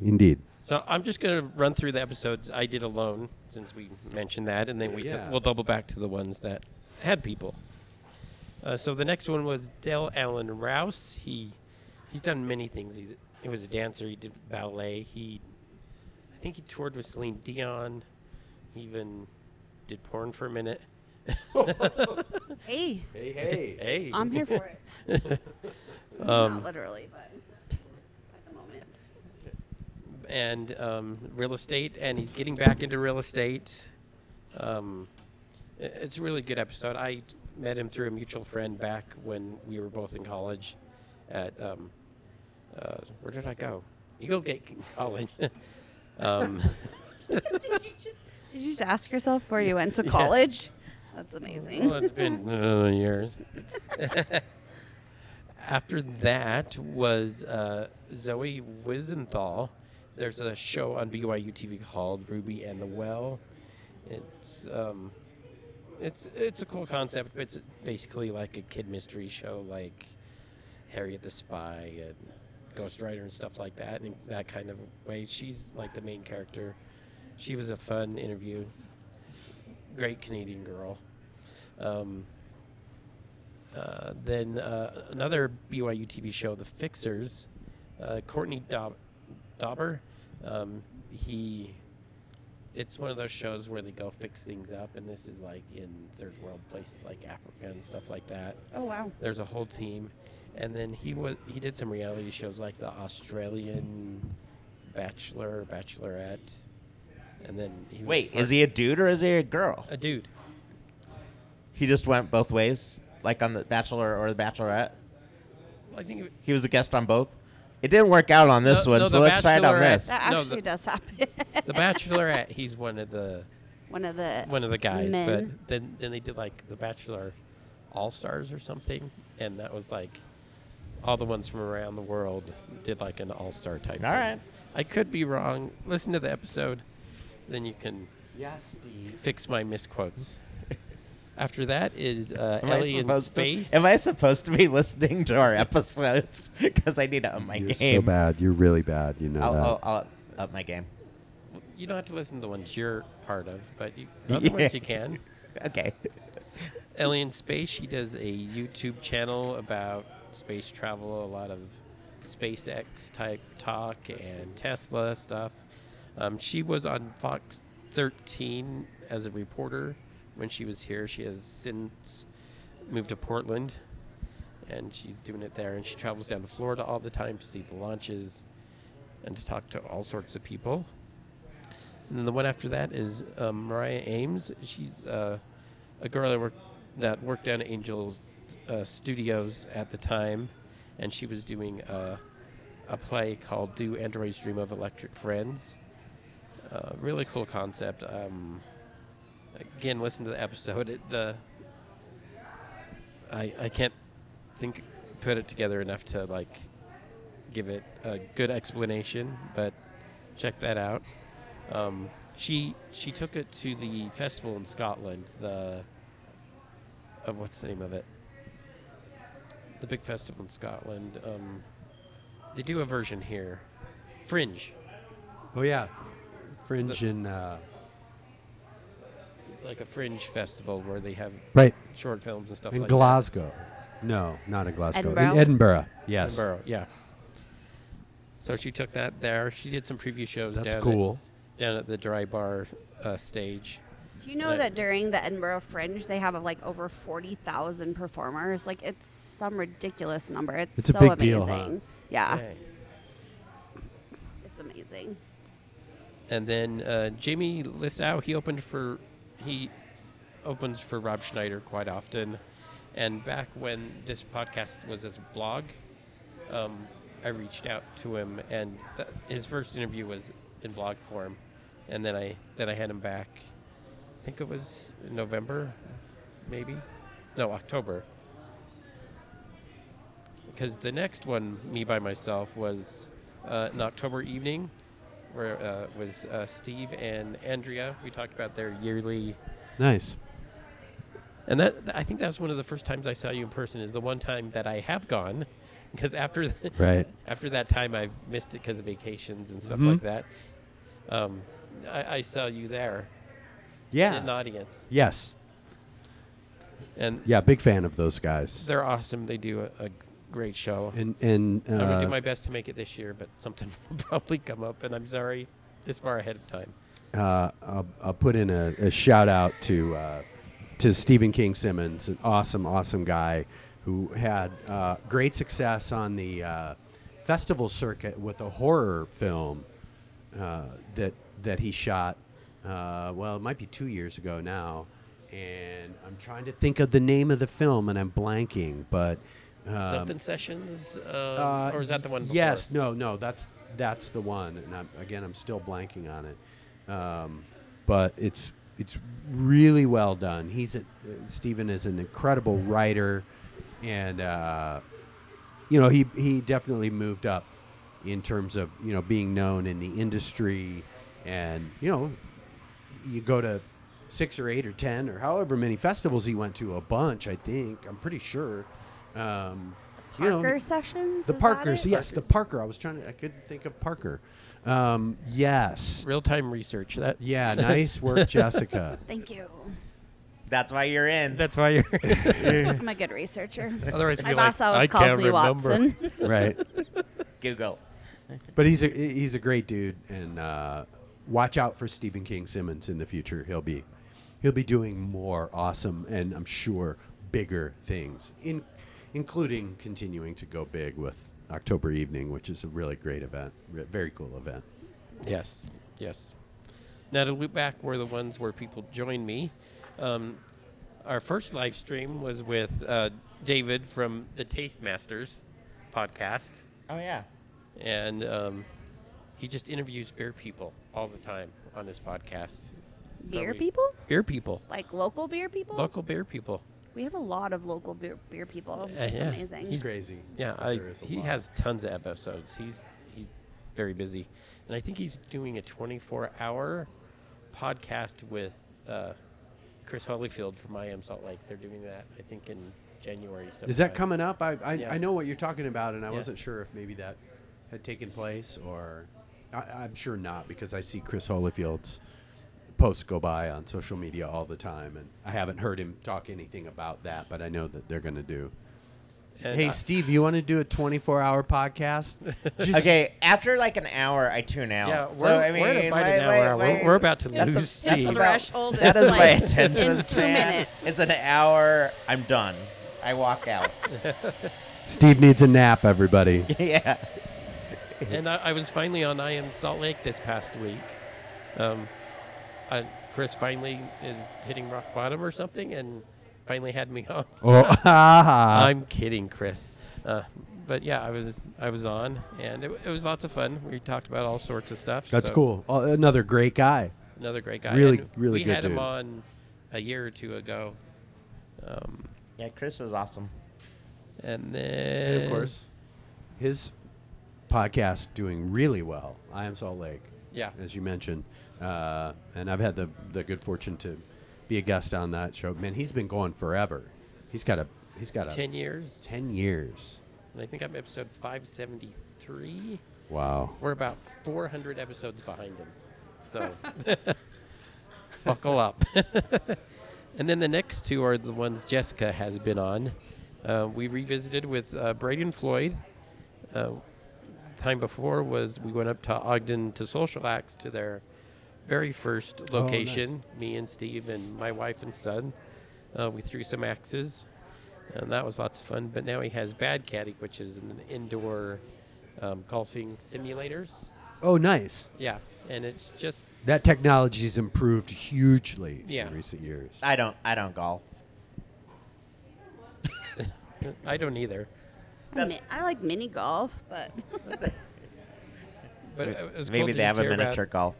S5: Indeed.
S3: so I'm just gonna run through the episodes I did alone since we mentioned that, and then we
S5: Yeah.
S3: we'll double back to the ones that had people. Uh, so the next one was Dale Allen Rouse. He he's done many things. He's he was a dancer. He did ballet. He I think he toured with Celine Dion. He even did porn for a minute.
S4: hey,
S5: Hey, hey.
S3: Hey,
S4: I'm here for it.
S3: Um,
S4: Not literally, but at the moment.
S3: and um, real estate, and he's getting back into real estate. Um, i- it's a really good episode. I met him through a mutual friend back when we were both in college. At um, uh, where did I go? Eagle Gate College. um,
S4: Did you just did you just ask yourself where you went to college? That's amazing.
S3: well, it's been uh, years. After that was uh, Zoe Wisenthal. There's a show on BYU TV called Ruby and the Well. It's um, it's it's a cool concept. but It's basically like a kid mystery show, like Harriet the Spy and Ghost Rider and stuff like that. In that kind of way, she's like the main character. She was a fun interview. Great Canadian girl. Um, uh, then uh, another BYU TV show, The Fixers, uh, Courtney Daub- Dauber. Um, he, it's one of those shows where they go fix things up, and this is like in third world places like Africa and stuff like that.
S4: Oh wow.
S3: There's a whole team, and then he was he did some reality shows like the Australian Bachelor, Bachelorette, and then he was
S2: Wait,
S3: part-
S2: is he a dude or is he a girl?
S3: a dude?
S2: He just went both ways, like on the Bachelor or the Bachelorette.
S3: I think it,
S2: He was a guest on both. It didn't work out on this
S3: No-
S2: one,
S3: no,
S2: so
S3: the
S2: let's try it on
S3: Bachelorette-
S2: this.
S4: That
S3: No,
S4: actually
S3: the-
S4: does happen.
S3: the Bachelorette. He's one of the
S4: one of the
S3: one of the guys,
S4: men.
S3: but then then they did like the Bachelor All Stars or something, and that was like all the ones from around the world did like an All Star type.
S2: All
S3: thing.
S2: right.
S3: I could be wrong. Listen to the episode, then you can fix my misquotes. After that is uh,
S2: I
S3: Ellie in
S2: supposed to-
S3: space.
S2: am I supposed to be listening to our episodes? Because I need to up my
S5: You're
S2: game.
S5: so bad. You're really bad. You know
S2: I'll,
S5: that.
S2: I'll, I'll up my game.
S3: you don't have to listen to the ones you're part of, but you, other ones you can.
S2: Okay.
S3: Alien Space. She does a YouTube channel about space travel, a lot of SpaceX type talk and Tesla stuff. Um, she was on Fox 13 as a reporter when she was here. She has since moved to Portland and she's doing it there. And she travels down to Florida all the time to see the launches and to talk to all sorts of people. And then the one after that is um, Mariah Ames. She's uh, a girl that worked that worked down at Angels uh, Studios at the time, and she was doing uh, a play called "Do Androids Dream of Electric Friends?" Uh, really cool concept. Um, again, listen to the episode. It, the I I can't think put it together enough to like give it a good explanation, but check that out. Um, She she took it to the festival in Scotland. The uh, what's the name of it? The big festival in Scotland. Um, they do a version here, Fringe.
S5: Oh yeah, Fringe and uh,
S3: It's like a Fringe festival where they have
S5: right
S3: short films and stuff
S5: in
S3: like
S5: Glasgow. No, not in Glasgow.
S4: Edinburgh?
S5: In Edinburgh.
S3: that.
S5: Yes,
S3: Edinburgh, yeah. So she took that there. She did some preview shows
S5: that's
S3: down
S5: cool.
S3: at, down at the Dry Bar uh, stage.
S4: Do you know
S3: Yeah.
S4: that during the Edinburgh Fringe they have like over forty thousand performers? Like it's some ridiculous number. It's,
S5: It's a
S4: so
S5: big
S4: amazing.
S5: deal, huh?
S2: Ah,
S4: Yeah,
S3: Dang.
S4: it's amazing.
S3: and then uh, Jamie Listau he opened for he opens for Rob Schneider quite often, and back when this podcast was his blog, um, I reached out to him and th- his first interview was in blog form, and then I then I had him back. I think it was in November, maybe, no October. Because the next one, me by myself, was uh, an October evening where uh, was uh, Steve and Andrea. We talked about their yearly,
S5: Nice.
S3: and that I think that was one of the first times I saw you in person. Is the one time that I have gone, because after the,
S5: Right. Mm-hmm.
S3: after that time I've missed it because of vacations and stuff like that. Um, I, I saw you there in an
S5: Yeah.
S3: audience,
S5: Yes.
S3: and
S5: Yeah. Big fan of those guys.
S3: they're awesome. They do a, a great show.
S5: And and uh,
S3: I'm gonna do my best to make it this year, but something will probably come up, and I'm sorry this far ahead of time.
S5: uh, I'll, I'll put in a, a shout out to uh, to Stephen King Simmons, an awesome, awesome guy who had uh, great success on the uh, festival circuit with a horror film uh, that that he shot. Uh, well, it might be two years ago now, and I'm trying to think of the name of the film, and I'm blanking, but. Um,
S3: Something sessions, um,
S5: uh,
S3: or is that the one? Before?
S5: Yes, no, no, that's that's the one. And I'm, again, I'm still blanking on it, um, but it's it's really well done. He's a, uh, Stephen is an incredible writer, and uh, you know he he definitely moved up in terms of you know being known in the industry, and you know you go to six or eight or ten or however many festivals he went to a bunch. I think I'm pretty sure. Um, you know,
S4: Parker sessions.
S5: the
S4: is that
S5: Parkers,
S4: it?
S5: yes, the Parker. I was trying to, I couldn't think of Parker. Um, yes.
S3: Real time research. That
S5: Yeah, nice work, Jessica.
S4: Thank you.
S2: That's why you're in.
S3: that's why you're.
S4: I'm a good researcher.
S3: Otherwise,
S4: My boss always calls me Watson.
S5: right.
S2: Google.
S5: But he's a he's a great dude, and uh, watch out for Stephen King Simmons in the future. He'll be he'll be doing more awesome and I'm sure bigger things, in, including continuing to go big with October Evening, which is a really great event, re- very cool event.
S3: Yes, yes. Now to loop back were the ones where people join me. Um, our first live stream was with uh, David from the Tastemasters podcast,
S2: Oh yeah.
S3: and um, he just interviews beer people all the time on his podcast. So
S4: Beer
S3: we-
S4: people,
S3: Beer people.
S4: like local beer people.
S3: Local beer people.
S4: We have a lot of local beer, beer people.
S3: Yeah,
S4: It's
S3: yeah.
S4: amazing.
S5: It's crazy.
S3: Yeah,
S5: that
S3: I,
S5: there is a
S3: he
S5: lot.
S3: has tons of episodes. He's he's very busy, and I think he's doing a 24-hour podcast with uh, Chris Holyfield from I Am Salt Lake. They're doing that, I think, in January.
S5: Is that
S3: sometime.
S5: coming up? I I,
S3: Yeah.
S5: I know what you're talking about, and I
S3: Yeah.
S5: wasn't sure if maybe that had taken place or I, I'm sure not because I see Chris Holifield's posts go by on social media all the time, and I haven't heard him talk anything about that, but I know that they're going to do.
S3: And
S5: hey,
S3: I-
S5: Steve, you want to do a 24 hour podcast? Just-
S2: Okay, after like an hour, I tune out.
S3: yeah, we're,
S2: So, I mean,
S3: we're at about
S2: wait,
S3: an
S2: wait,
S3: hour.
S2: wait.
S3: We're, we're about to
S4: That's a-
S3: lose
S4: that's a
S3: Steve.
S4: threat. threshold
S2: That
S4: is
S2: is my
S4: like
S2: attention
S4: in two
S2: span.
S4: minutes.
S2: It's an hour. I'm done. I walk out.
S5: Steve needs a nap, everybody.
S2: yeah.
S3: and I, I was finally on I Am Salt Lake this past week. Um, I, Chris finally is hitting rock bottom or something, and finally had me on.
S5: Oh,
S3: I'm kidding, Chris. Uh, but yeah, I was I was on, and it, it was lots of fun. We talked about all sorts of stuff.
S5: that's
S3: so
S5: cool. Oh, another great guy.
S3: Another great guy.
S5: Really-
S3: And
S5: really
S3: we
S5: good
S3: had him
S5: dude.
S3: on a year or two ago, um,
S2: Yeah, Chris is awesome.
S3: and then
S5: And of course, his podcast doing really well. I am Salt Lake.
S3: Yeah.
S5: as you mentioned. Uh, and I've had the, the good fortune to be a guest on that show. Man, he's been going forever. He's got a he's got a
S3: Ten years,
S5: 10 years.
S3: and I think I'm episode 573.
S5: Wow.
S3: We're about 400 episodes behind him. So buckle up. and then the next two are the ones Jessica has been on. Uh, we revisited with uh, Braden Floyd. Uh, the time before was we went up to Ogden to Social Acts to their very first location. Me and Steve and my wife and son. Uh, we threw some axes, and that was lots of fun. But now he has Bad Caddy, which is an indoor um, golfing simulators.
S5: Oh, nice.
S3: Yeah, and it's just
S5: That technology's improved hugely
S3: Yeah. Uh,
S5: in recent years.
S2: I don't. I don't golf.
S3: I don't either.
S4: I, mi- I like mini golf, but
S3: But it was cool
S2: Maybe
S3: to
S2: they
S3: just
S2: have a
S3: hear about-
S2: miniature golf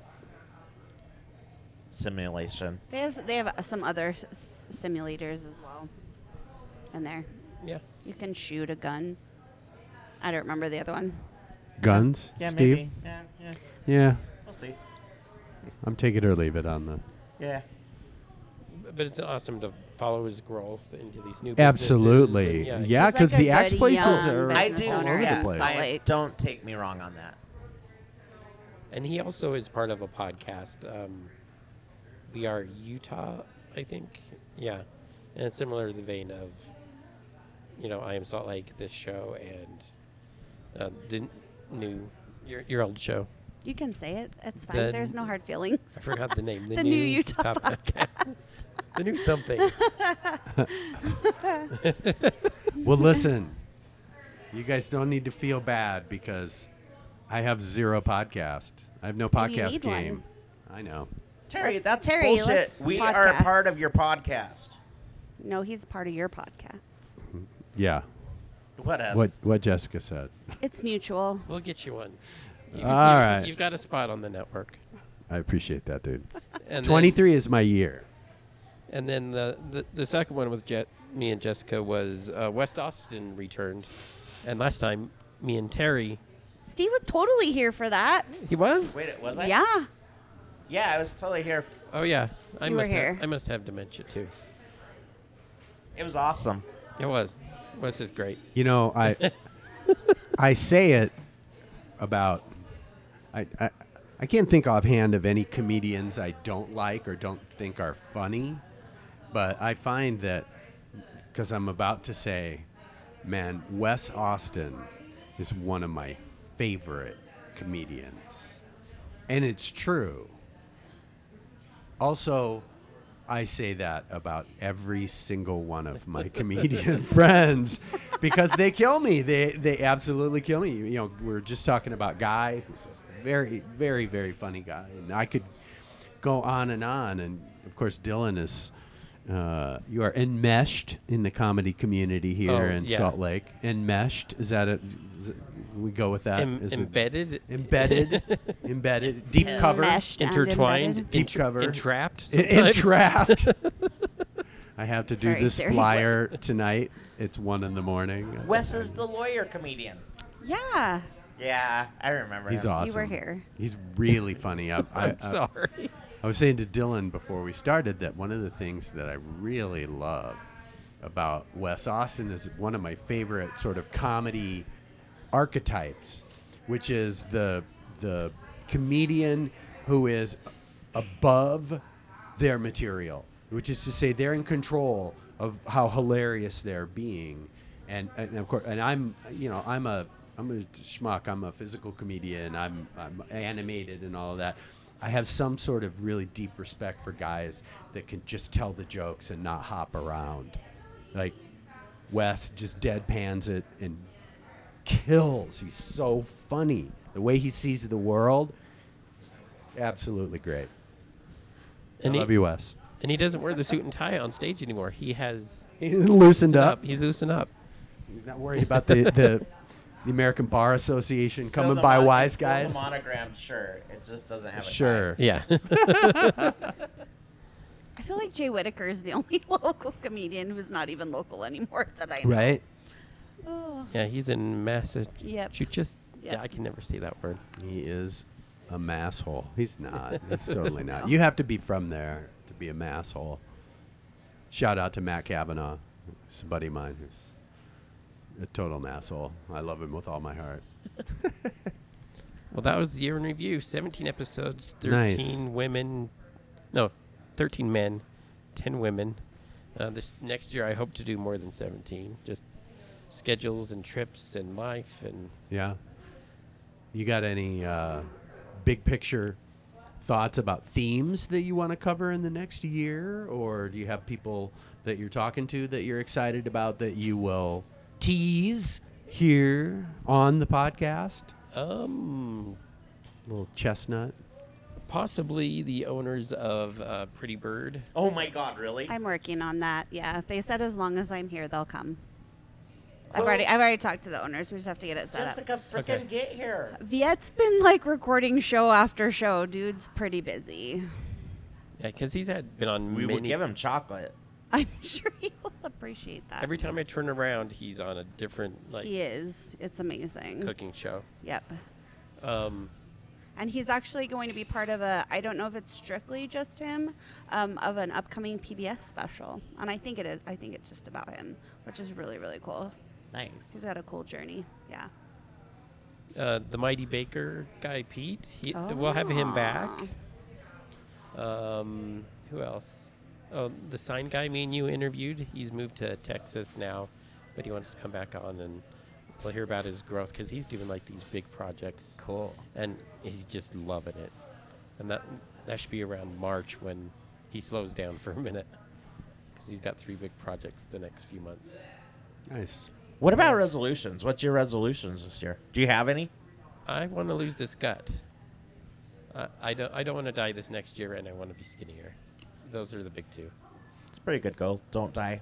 S2: simulation.
S4: they have they have uh, some other s- s- simulators as well. In there,
S3: Yeah,
S4: you can shoot a gun. I don't remember the other one.
S5: Guns,
S2: Yeah,
S5: Steve?
S2: maybe. Yeah, yeah.
S5: Yeah.
S2: We'll see.
S5: I'm taking it or leave it on the.
S2: Yeah.
S3: but it's awesome to follow his growth into these new. businesses and
S5: Absolutely. Yeah,
S4: He's like
S5: because
S4: a
S5: the axe
S4: good
S5: places
S4: young
S5: are
S4: business
S2: I
S4: Business
S2: do.
S5: all
S4: owner,
S5: over
S4: yeah.
S5: the place.
S4: Solid.
S2: I-
S4: Like-
S2: don't take me wrong on that.
S3: And he also is part of a podcast. Um, we are Utah, I think. Yeah, and it's similar to the vein of, you know, I am Salt Lake, this show, and uh, didn't new your your old show.
S4: You can say it. It's fine.
S3: The-
S4: There's no hard feelings.
S3: I forgot the name.
S4: The new Utah
S3: podcast. the new something.
S5: Well, listen, you guys don't need to feel bad because I have zero podcast. I have no
S4: Well, you
S5: podcast
S4: need one.
S5: game. I know.
S2: Terry,
S4: Let's-
S2: that's
S4: Terry, let's
S2: bullshit. We are a part
S4: podcast.
S2: of your podcast.
S4: No, he's part of your podcast.
S5: Yeah.
S2: What else?
S5: What what Jessica said.
S4: It's mutual.
S3: We'll get you one. You,
S5: All
S3: you've,
S5: right.
S3: You've got a spot on the network.
S5: I appreciate that, dude.
S3: And
S5: Twenty
S3: Then,
S5: three is my year.
S3: and then the, the, the second one with Jet, me and Jessica was uh, West Austin returned. And last time, me and Terry.
S4: Steve was totally here for that.
S3: He was?
S2: Wait, was I?
S4: Yeah.
S2: Yeah, I was totally here.
S3: Oh, yeah. I
S4: You were
S3: must
S4: here.
S3: Have, I must have dementia, too.
S2: It was awesome.
S3: It was. Wes is great.
S5: You know, I I say it about I, I I can't think offhand of any comedians I don't like or don't think are funny, but I find that because I'm about to say, man, Wes Austin is one of my favorite comedians, and it's true. Also, I say that about every single one of my comedian friends because they kill me. They they absolutely kill me. You know, we are just talking about Guy, who's a very very very funny guy, and I could go on and on. And of course, Dylan is. Uh, you are enmeshed in the comedy community here
S3: Oh,
S5: in
S3: yeah.
S5: Salt Lake. Enmeshed is that a? Is it- we go with that.
S3: Em-
S5: Uh, Is it-
S3: embedded.
S5: embedded, embedded, deep cover,
S4: Meshed and
S3: intertwined.
S4: embedded.
S5: Deep
S3: entr-
S5: cover.
S3: Entrapped.
S5: I-
S3: sometimes.
S5: entrapped. I have to do
S4: very
S5: this
S4: serious.
S5: flyer tonight. It's one in the morning.
S2: Wes is the lawyer comedian.
S4: Yeah.
S2: Yeah, I remember.
S5: He's
S2: him.
S5: awesome.
S4: You were here.
S5: He's really funny. I, I,
S3: I'm
S5: I-
S3: sorry.
S5: I was saying to Dylan before we started that one of the things that I really love about Wes Austin is one of my favorite sort of comedy archetypes, which is the the comedian who is above their material, which is to say they're in control of how hilarious they're being, and and of course, and I'm you know I'm a I'm a schmuck. I'm a physical comedian. I'm I'm animated and all of that. I have some sort of really deep respect for guys that can just tell the jokes and not hop around, like Wes just deadpans it and kills. He's so funny. The way he sees the world, absolutely great.
S3: And
S5: I
S3: he,
S5: love you, Wes.
S3: and he doesn't wear the suit and tie on stage anymore. He has
S5: He's loosened
S3: loosened
S5: up.
S3: up. He's loosened up.
S5: He's not worried about the, the, the American Bar Association
S2: Still
S5: coming
S2: the
S5: by
S2: mon-
S5: wise
S2: still the
S5: guys.
S2: monogrammed shirt. It just doesn't have a tie.
S5: Sure.
S3: Yeah.
S4: I feel like Jay Whitaker is the only local comedian who's not even local anymore that I know.
S5: Right?
S4: Oh.
S3: Yeah, he's in Massachusetts.
S4: Yep.
S3: You just
S4: Yep.
S3: yeah, I can never say that word.
S5: He is a masshole. He's not. He's totally not. You have to be from there to be a masshole. Shout out to Matt Kavanaugh, he's a buddy of mine who's a total masshole. I love him with all my heart.
S3: Well, that was the year in review. 17 episodes, 13
S5: Nice.
S3: women. No, 13 men, 10 women. Uh, this next year, I hope to do more than 17. Just schedules and trips and life. And
S5: Yeah. You got any uh, big picture thoughts about themes that you want to cover in the next year, or do you have people that you're talking to that you're excited about that you will tease here on the podcast?
S3: um,
S5: little chestnut.
S3: possibly the owners of uh, Pretty Bird.
S2: Oh my God! Really?
S4: I'm working on that. Yeah, they said as long as I'm here, they'll come. I've already I've already talked to the owners. We just have to get it set up.
S2: freaking
S3: Okay.
S2: get here.
S4: Viet's been like recording show after show. Dude's pretty busy.
S3: Yeah, because he's had been on
S2: We
S3: many.
S2: would give him chocolate.
S4: I'm sure he will appreciate that.
S3: Every time I turn around, he's on a different like
S4: he is. It's amazing.
S3: cooking show.
S4: Yep.
S3: Um,
S4: And he's actually going to be part of a, I don't know if it's strictly just him, um, of an upcoming PBS special. And I think it is, I think it's just about him, which is really, really cool.
S2: Nice.
S4: He's had a cool journey. Yeah.
S3: uh, the Mighty Baker guy, Pete. He, We'll have him back. Um, who else? Oh, the sign guy me and you interviewed. He's moved to Texas now, but he wants to come back on and we'll hear about his growth because he's doing like these big projects.
S2: Cool.
S3: And he's just loving it. And that that should be around March when he slows down for a minute because he's got three big projects the next few months.
S5: Nice.
S2: What about resolutions? What's your resolutions this year? Do you have any?
S3: I want to lose this gut. I, I don't. I don't want to die this next year, and I want to be skinnier. Those are the big two.
S2: It's a pretty good goal. Don't die.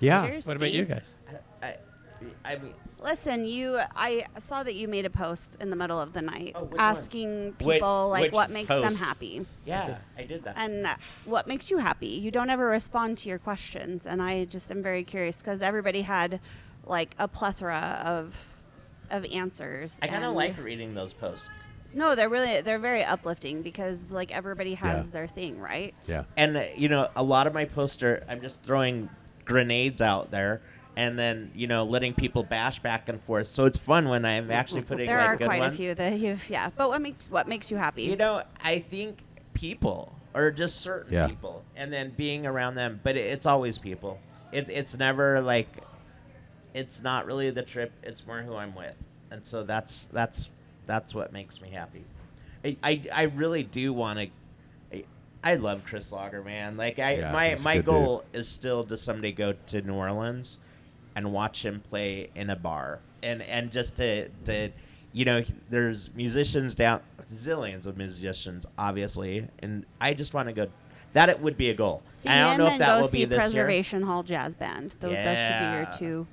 S5: Yeah.
S3: What about you guys?
S2: I, I, I mean,
S4: Listen, you, I saw that you made a post in the middle of the night
S2: Oh, which one?
S4: asking
S2: Whi-
S4: people
S2: which
S4: like what makes them
S2: post?
S4: happy
S2: yeah, I did that.
S4: and what makes you happy. You don't ever respond to your questions. And I just am very curious because everybody had like a plethora of, of answers.
S2: I kind of
S4: and-
S2: like reading those posts.
S4: No, they're really they're very uplifting because like everybody has
S5: Yeah.
S4: their thing, right?
S5: Yeah.
S2: And uh, you know, a lot of my posts are I'm just throwing grenades out there, and then you know, letting people bash back and forth. So it's fun when I'm actually putting
S4: There
S2: like
S4: are
S2: good
S4: quite
S2: ones.
S4: a few that you've yeah. But what makes what makes you happy?
S2: You know, I think people or just certain
S5: Yeah.
S2: people, and then being around them. But it, it's always people. It's it's never like, it's not really the trip. It's more who I'm with, and so that's that's that's what makes me happy. I I, I really do want to. I- I love Chris Lager, man. Like I
S5: Yeah,
S2: my
S5: he's a
S2: my
S5: good dude.
S2: goal is still to someday go to New Orleans and watch him play in a bar and and just to to you know there's musicians down zillions of musicians obviously and I just want to go that it would be a goal.
S4: see
S2: I don't
S4: him
S2: know if
S4: and
S2: that
S4: go
S2: will be
S4: see
S2: this year.
S4: Preservation Hall Jazz Band. Tho- That
S2: Yeah.
S4: should be your two.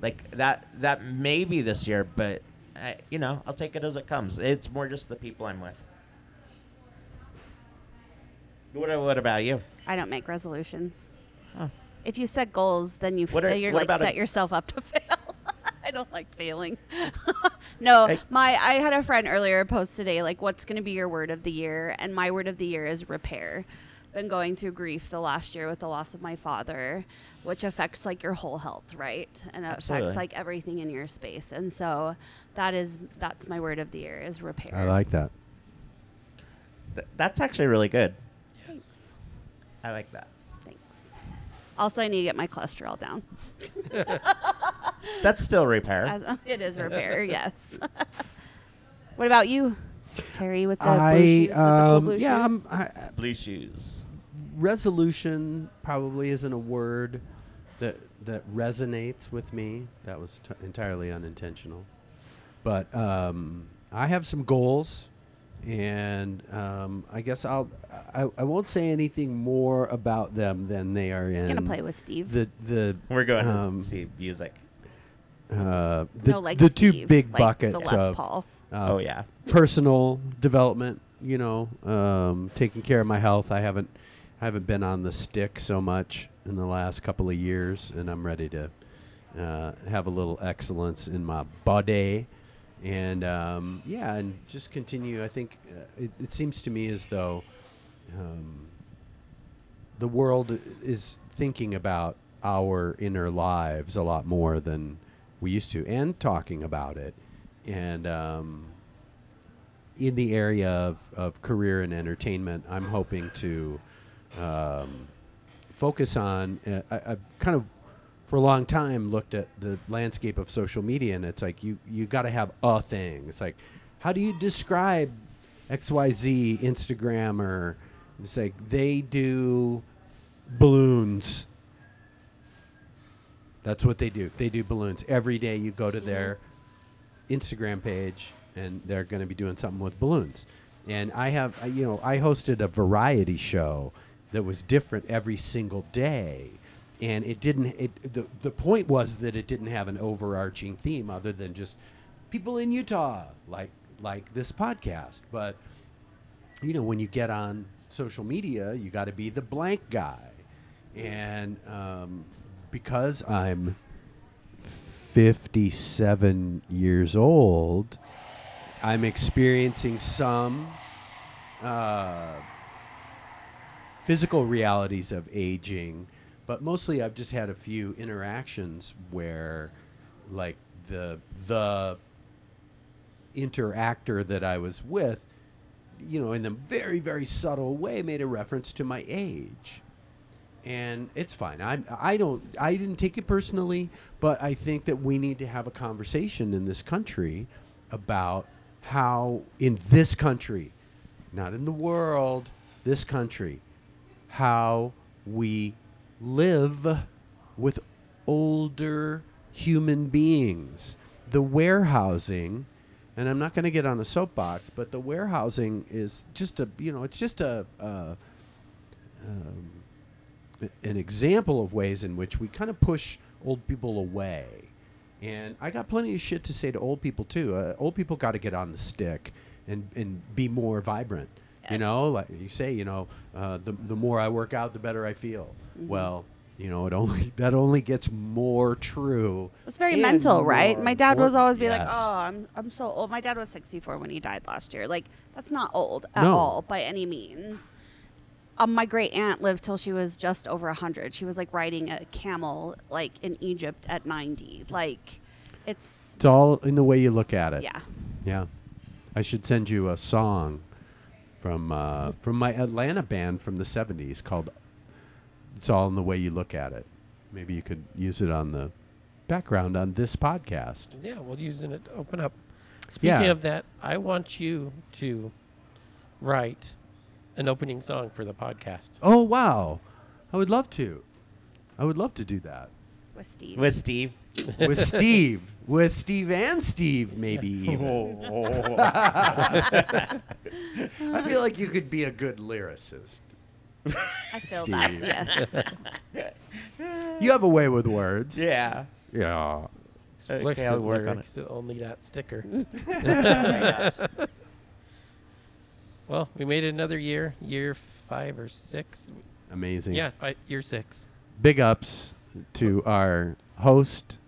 S2: Like that that may be this year, but I, you know I'll take it as it comes. It's more just the people I'm with. What what about you?
S4: I don't make resolutions.
S2: Oh.
S4: If you set goals, then you
S2: What are-
S4: f you're
S2: what
S4: like
S2: about a-
S4: set yourself up to fail. I don't like failing. no,
S2: I-
S4: my I had a friend earlier post today like what's going to be your word of the year and my word of the year is repair. Been going through grief the last year with the loss of my father, which affects like your whole health, right? And it
S2: Absolutely.
S4: affects like everything in your space. And so that is that's my word of the year is repair.
S5: I like that.
S2: Th- that's actually really good.
S4: Thanks.
S2: I like that.
S4: Thanks. Also, I need to get my cholesterol down.
S2: That's still repair.
S4: As- it is repair, yes. what about you, Terry? With the blue shoes, with
S5: I
S4: the cool
S5: um,
S4: blue
S5: yeah, I'm,
S4: shoes?
S5: I,
S2: Blue shoes.
S5: resolution probably isn't a word that that resonates with me. That was t- entirely unintentional. But um, I have some goals, and um, I guess I'll I, I won't say anything more about them than they are in.
S4: gonna play with Steve.
S5: The the
S2: We're going
S5: um,
S2: to see music.
S5: uh, the,
S4: No, like
S5: the two
S4: Steve,
S5: big
S4: like the Les
S5: buckets of
S4: Paul.
S5: uh,
S2: oh yeah.
S5: personal development. You know, um, taking care of my health. I haven't I haven't been on the stick so much in the last couple of years, and I'm ready to uh, have a little excellence in my body and um, yeah, and just continue. I think uh, it, it seems to me as though um, the world is thinking about our inner lives a lot more than we used to, and talking about it, and um, in the area of, of career and entertainment, I'm hoping to um, focus on. Uh, I, I've kind of, for a long time, looked at the landscape of social media, and it's like you you got to have a thing. It's like, how do you describe X Y Z Instagram or it's like they do balloons. That's what they do. They do balloons every day. You go to their Instagram page, and they're going to be doing something with balloons. And I have, I- you know, I hosted a variety show that was different every single day, and it didn't. It the the point was that it didn't have an overarching theme other than just people in Utah like like this podcast, but you know, when you get on social media, you got to be the blank guy. And um, because I'm 57 years old, I'm experiencing some uh, physical realities of aging, but mostly I've just had a few interactions where, like, the the interactor that I was with, you know, in a very, very subtle way, made a reference to my age. And it's fine. I I don't I didn't take it personally, but I think that we need to have a conversation in this country about how in this country, not in the world, this country, how we live with older human beings. The warehousing, and I'm not going to get on a soapbox, but the warehousing is just a, you know, it's just a, uh, um, a- an example of ways in which we kind of push old people away. And I got plenty of shit to say to old people too. Uh, old people got to get on the stick and and be more vibrant. You know, like you say, you know, uh, the the more I work out, the better I feel. Well, you know, it only that only gets more true.
S4: It's very
S5: and
S4: mental, right?
S5: more
S4: My dad was
S5: important.
S4: always be like,
S5: Yes.
S4: "Oh, I'm I'm so old." My dad was 64 when he died last year. Like that's not old at
S5: No.
S4: all by any means. Um, my great aunt lived till she was just over 100. She was like riding a camel like in Egypt at 90. Like it's
S5: It's all in the way you look at it.
S4: yeah.
S5: Yeah. I should send you a song from uh, from my Atlanta band from the 70s called It's All in the Way You Look at It. Maybe you could use it on the background on this podcast.
S3: Yeah, we'll use it to open up. Speaking
S5: Yeah.
S3: of that, I want you to write an opening song for the podcast.
S5: Oh, wow. I would love to. I would love to do that.
S4: With Steve.
S2: with Steve.
S5: With Steve. With Steve and Steve, maybe even. I feel like you could be a good lyricist.
S4: I feel that.
S5: Steve.
S4: Yes.
S5: You have a way with words.
S2: yeah.
S5: Yeah.
S3: Explicit
S2: I'll work on
S3: lyrics to only that sticker. well, we made it another year, year five or six.
S5: Amazing.
S3: Yeah, five, year six.
S5: big ups to our host,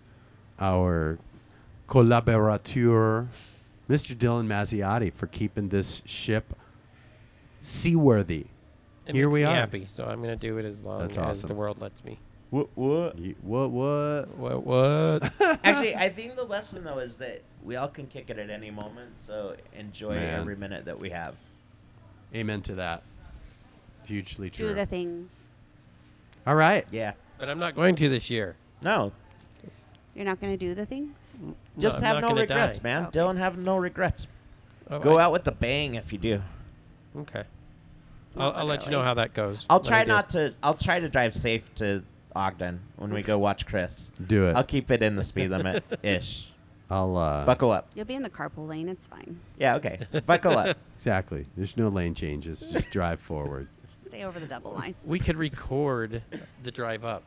S5: our collaborateur, Mr. Dylan Mazziotti, for keeping this ship seaworthy.
S3: It
S5: Here
S3: makes
S5: we
S3: me
S5: are.
S3: Happy, so I'm gonna do it as long
S5: That's
S3: as the
S5: awesome.
S3: world lets me.
S2: What, what?
S5: Ye- What? What?
S3: What? What?
S2: Actually, I think the lesson though is that we all can kick it at any moment, so enjoy
S5: Man.
S2: every minute that we have.
S5: Amen to that. Hugely true.
S4: Do the things.
S5: All right.
S2: Yeah.
S3: but I'm not going to this year.
S2: No.
S4: You're not going to do the things?
S2: Just
S3: I'm
S2: have
S3: not
S2: no
S3: gonna
S2: regrets,
S3: die.
S2: man.
S4: Okay.
S2: Dylan, have no regrets.
S3: Oh,
S2: Go
S3: I-
S2: out with a bang if you do.
S3: Okay. I'll,
S4: Not
S3: I'll let you
S4: really.
S3: know how that goes.
S2: I'll
S3: when
S2: try
S3: I do.
S2: not to. I'll try to drive safe to Ogden when we go watch Chris.
S5: Do it.
S2: I'll keep it in the speed limit ish.
S5: I'll uh,
S2: Buckle up.
S4: You'll be in the carpool lane. It's fine.
S2: Yeah. Okay. Buckle up.
S5: exactly. There's no lane changes. Just drive forward.
S4: Stay over the double line.
S3: We could record the drive up.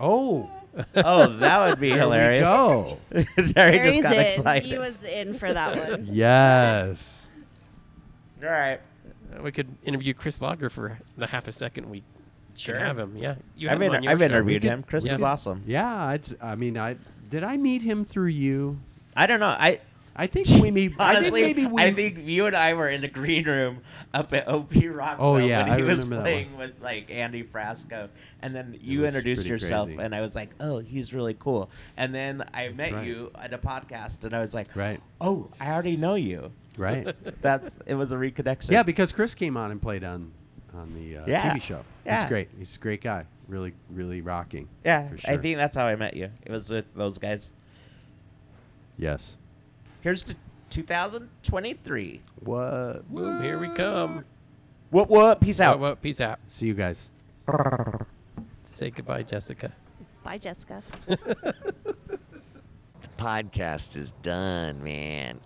S5: Oh,
S2: Oh, that would be
S5: there we
S2: hilarious.
S5: go.
S2: Jerry
S4: There
S2: just
S4: he's
S2: got
S4: in.
S2: excited.
S4: He was in for that one.
S5: yes.
S2: All right.
S3: Uh, We could interview Chris Lager for the half a second we could
S2: Sure.
S3: have him. Yeah. You
S2: I've,
S3: had him
S2: inter-
S3: on your
S2: I've
S3: show.
S2: interviewed
S5: could-
S2: him. Chris
S3: we
S2: is
S3: could-
S2: awesome.
S5: Yeah. It's. I mean, I did. I meet him through you.
S2: I don't know. I
S5: I think we may.
S2: Honestly,
S5: I think maybe we.
S2: you and I were in the green room up at OP Rock.
S5: Oh, yeah,
S2: when
S5: I
S2: he was
S5: remember that
S2: playing with like Andy Frasco, and then you
S5: was
S2: introduced
S5: pretty
S2: yourself,
S5: crazy.
S2: and I was like, "Oh, he's really cool." And then I met
S5: right.
S2: you at a podcast, and I was like,
S5: Right.
S2: "Oh, I already know you."
S5: right.
S2: That's it was a reconnection.
S5: yeah, because Chris came on and played on on the uh,
S2: Yeah.
S5: TV show.
S2: Yeah.
S5: He's great. He's a great guy. Really, really rocking.
S2: yeah.
S5: for
S2: I
S5: sure.
S2: think that's how I met you. It was with those guys.
S5: Yes.
S2: Here's to 2023.
S5: What?
S3: Boom, here we come.
S2: Whoop whoop. Peace out.
S3: Oh, well, peace out.
S5: See you guys.
S3: Say goodbye, Jessica.
S4: Bye, Jessica.
S6: podcast is done, man.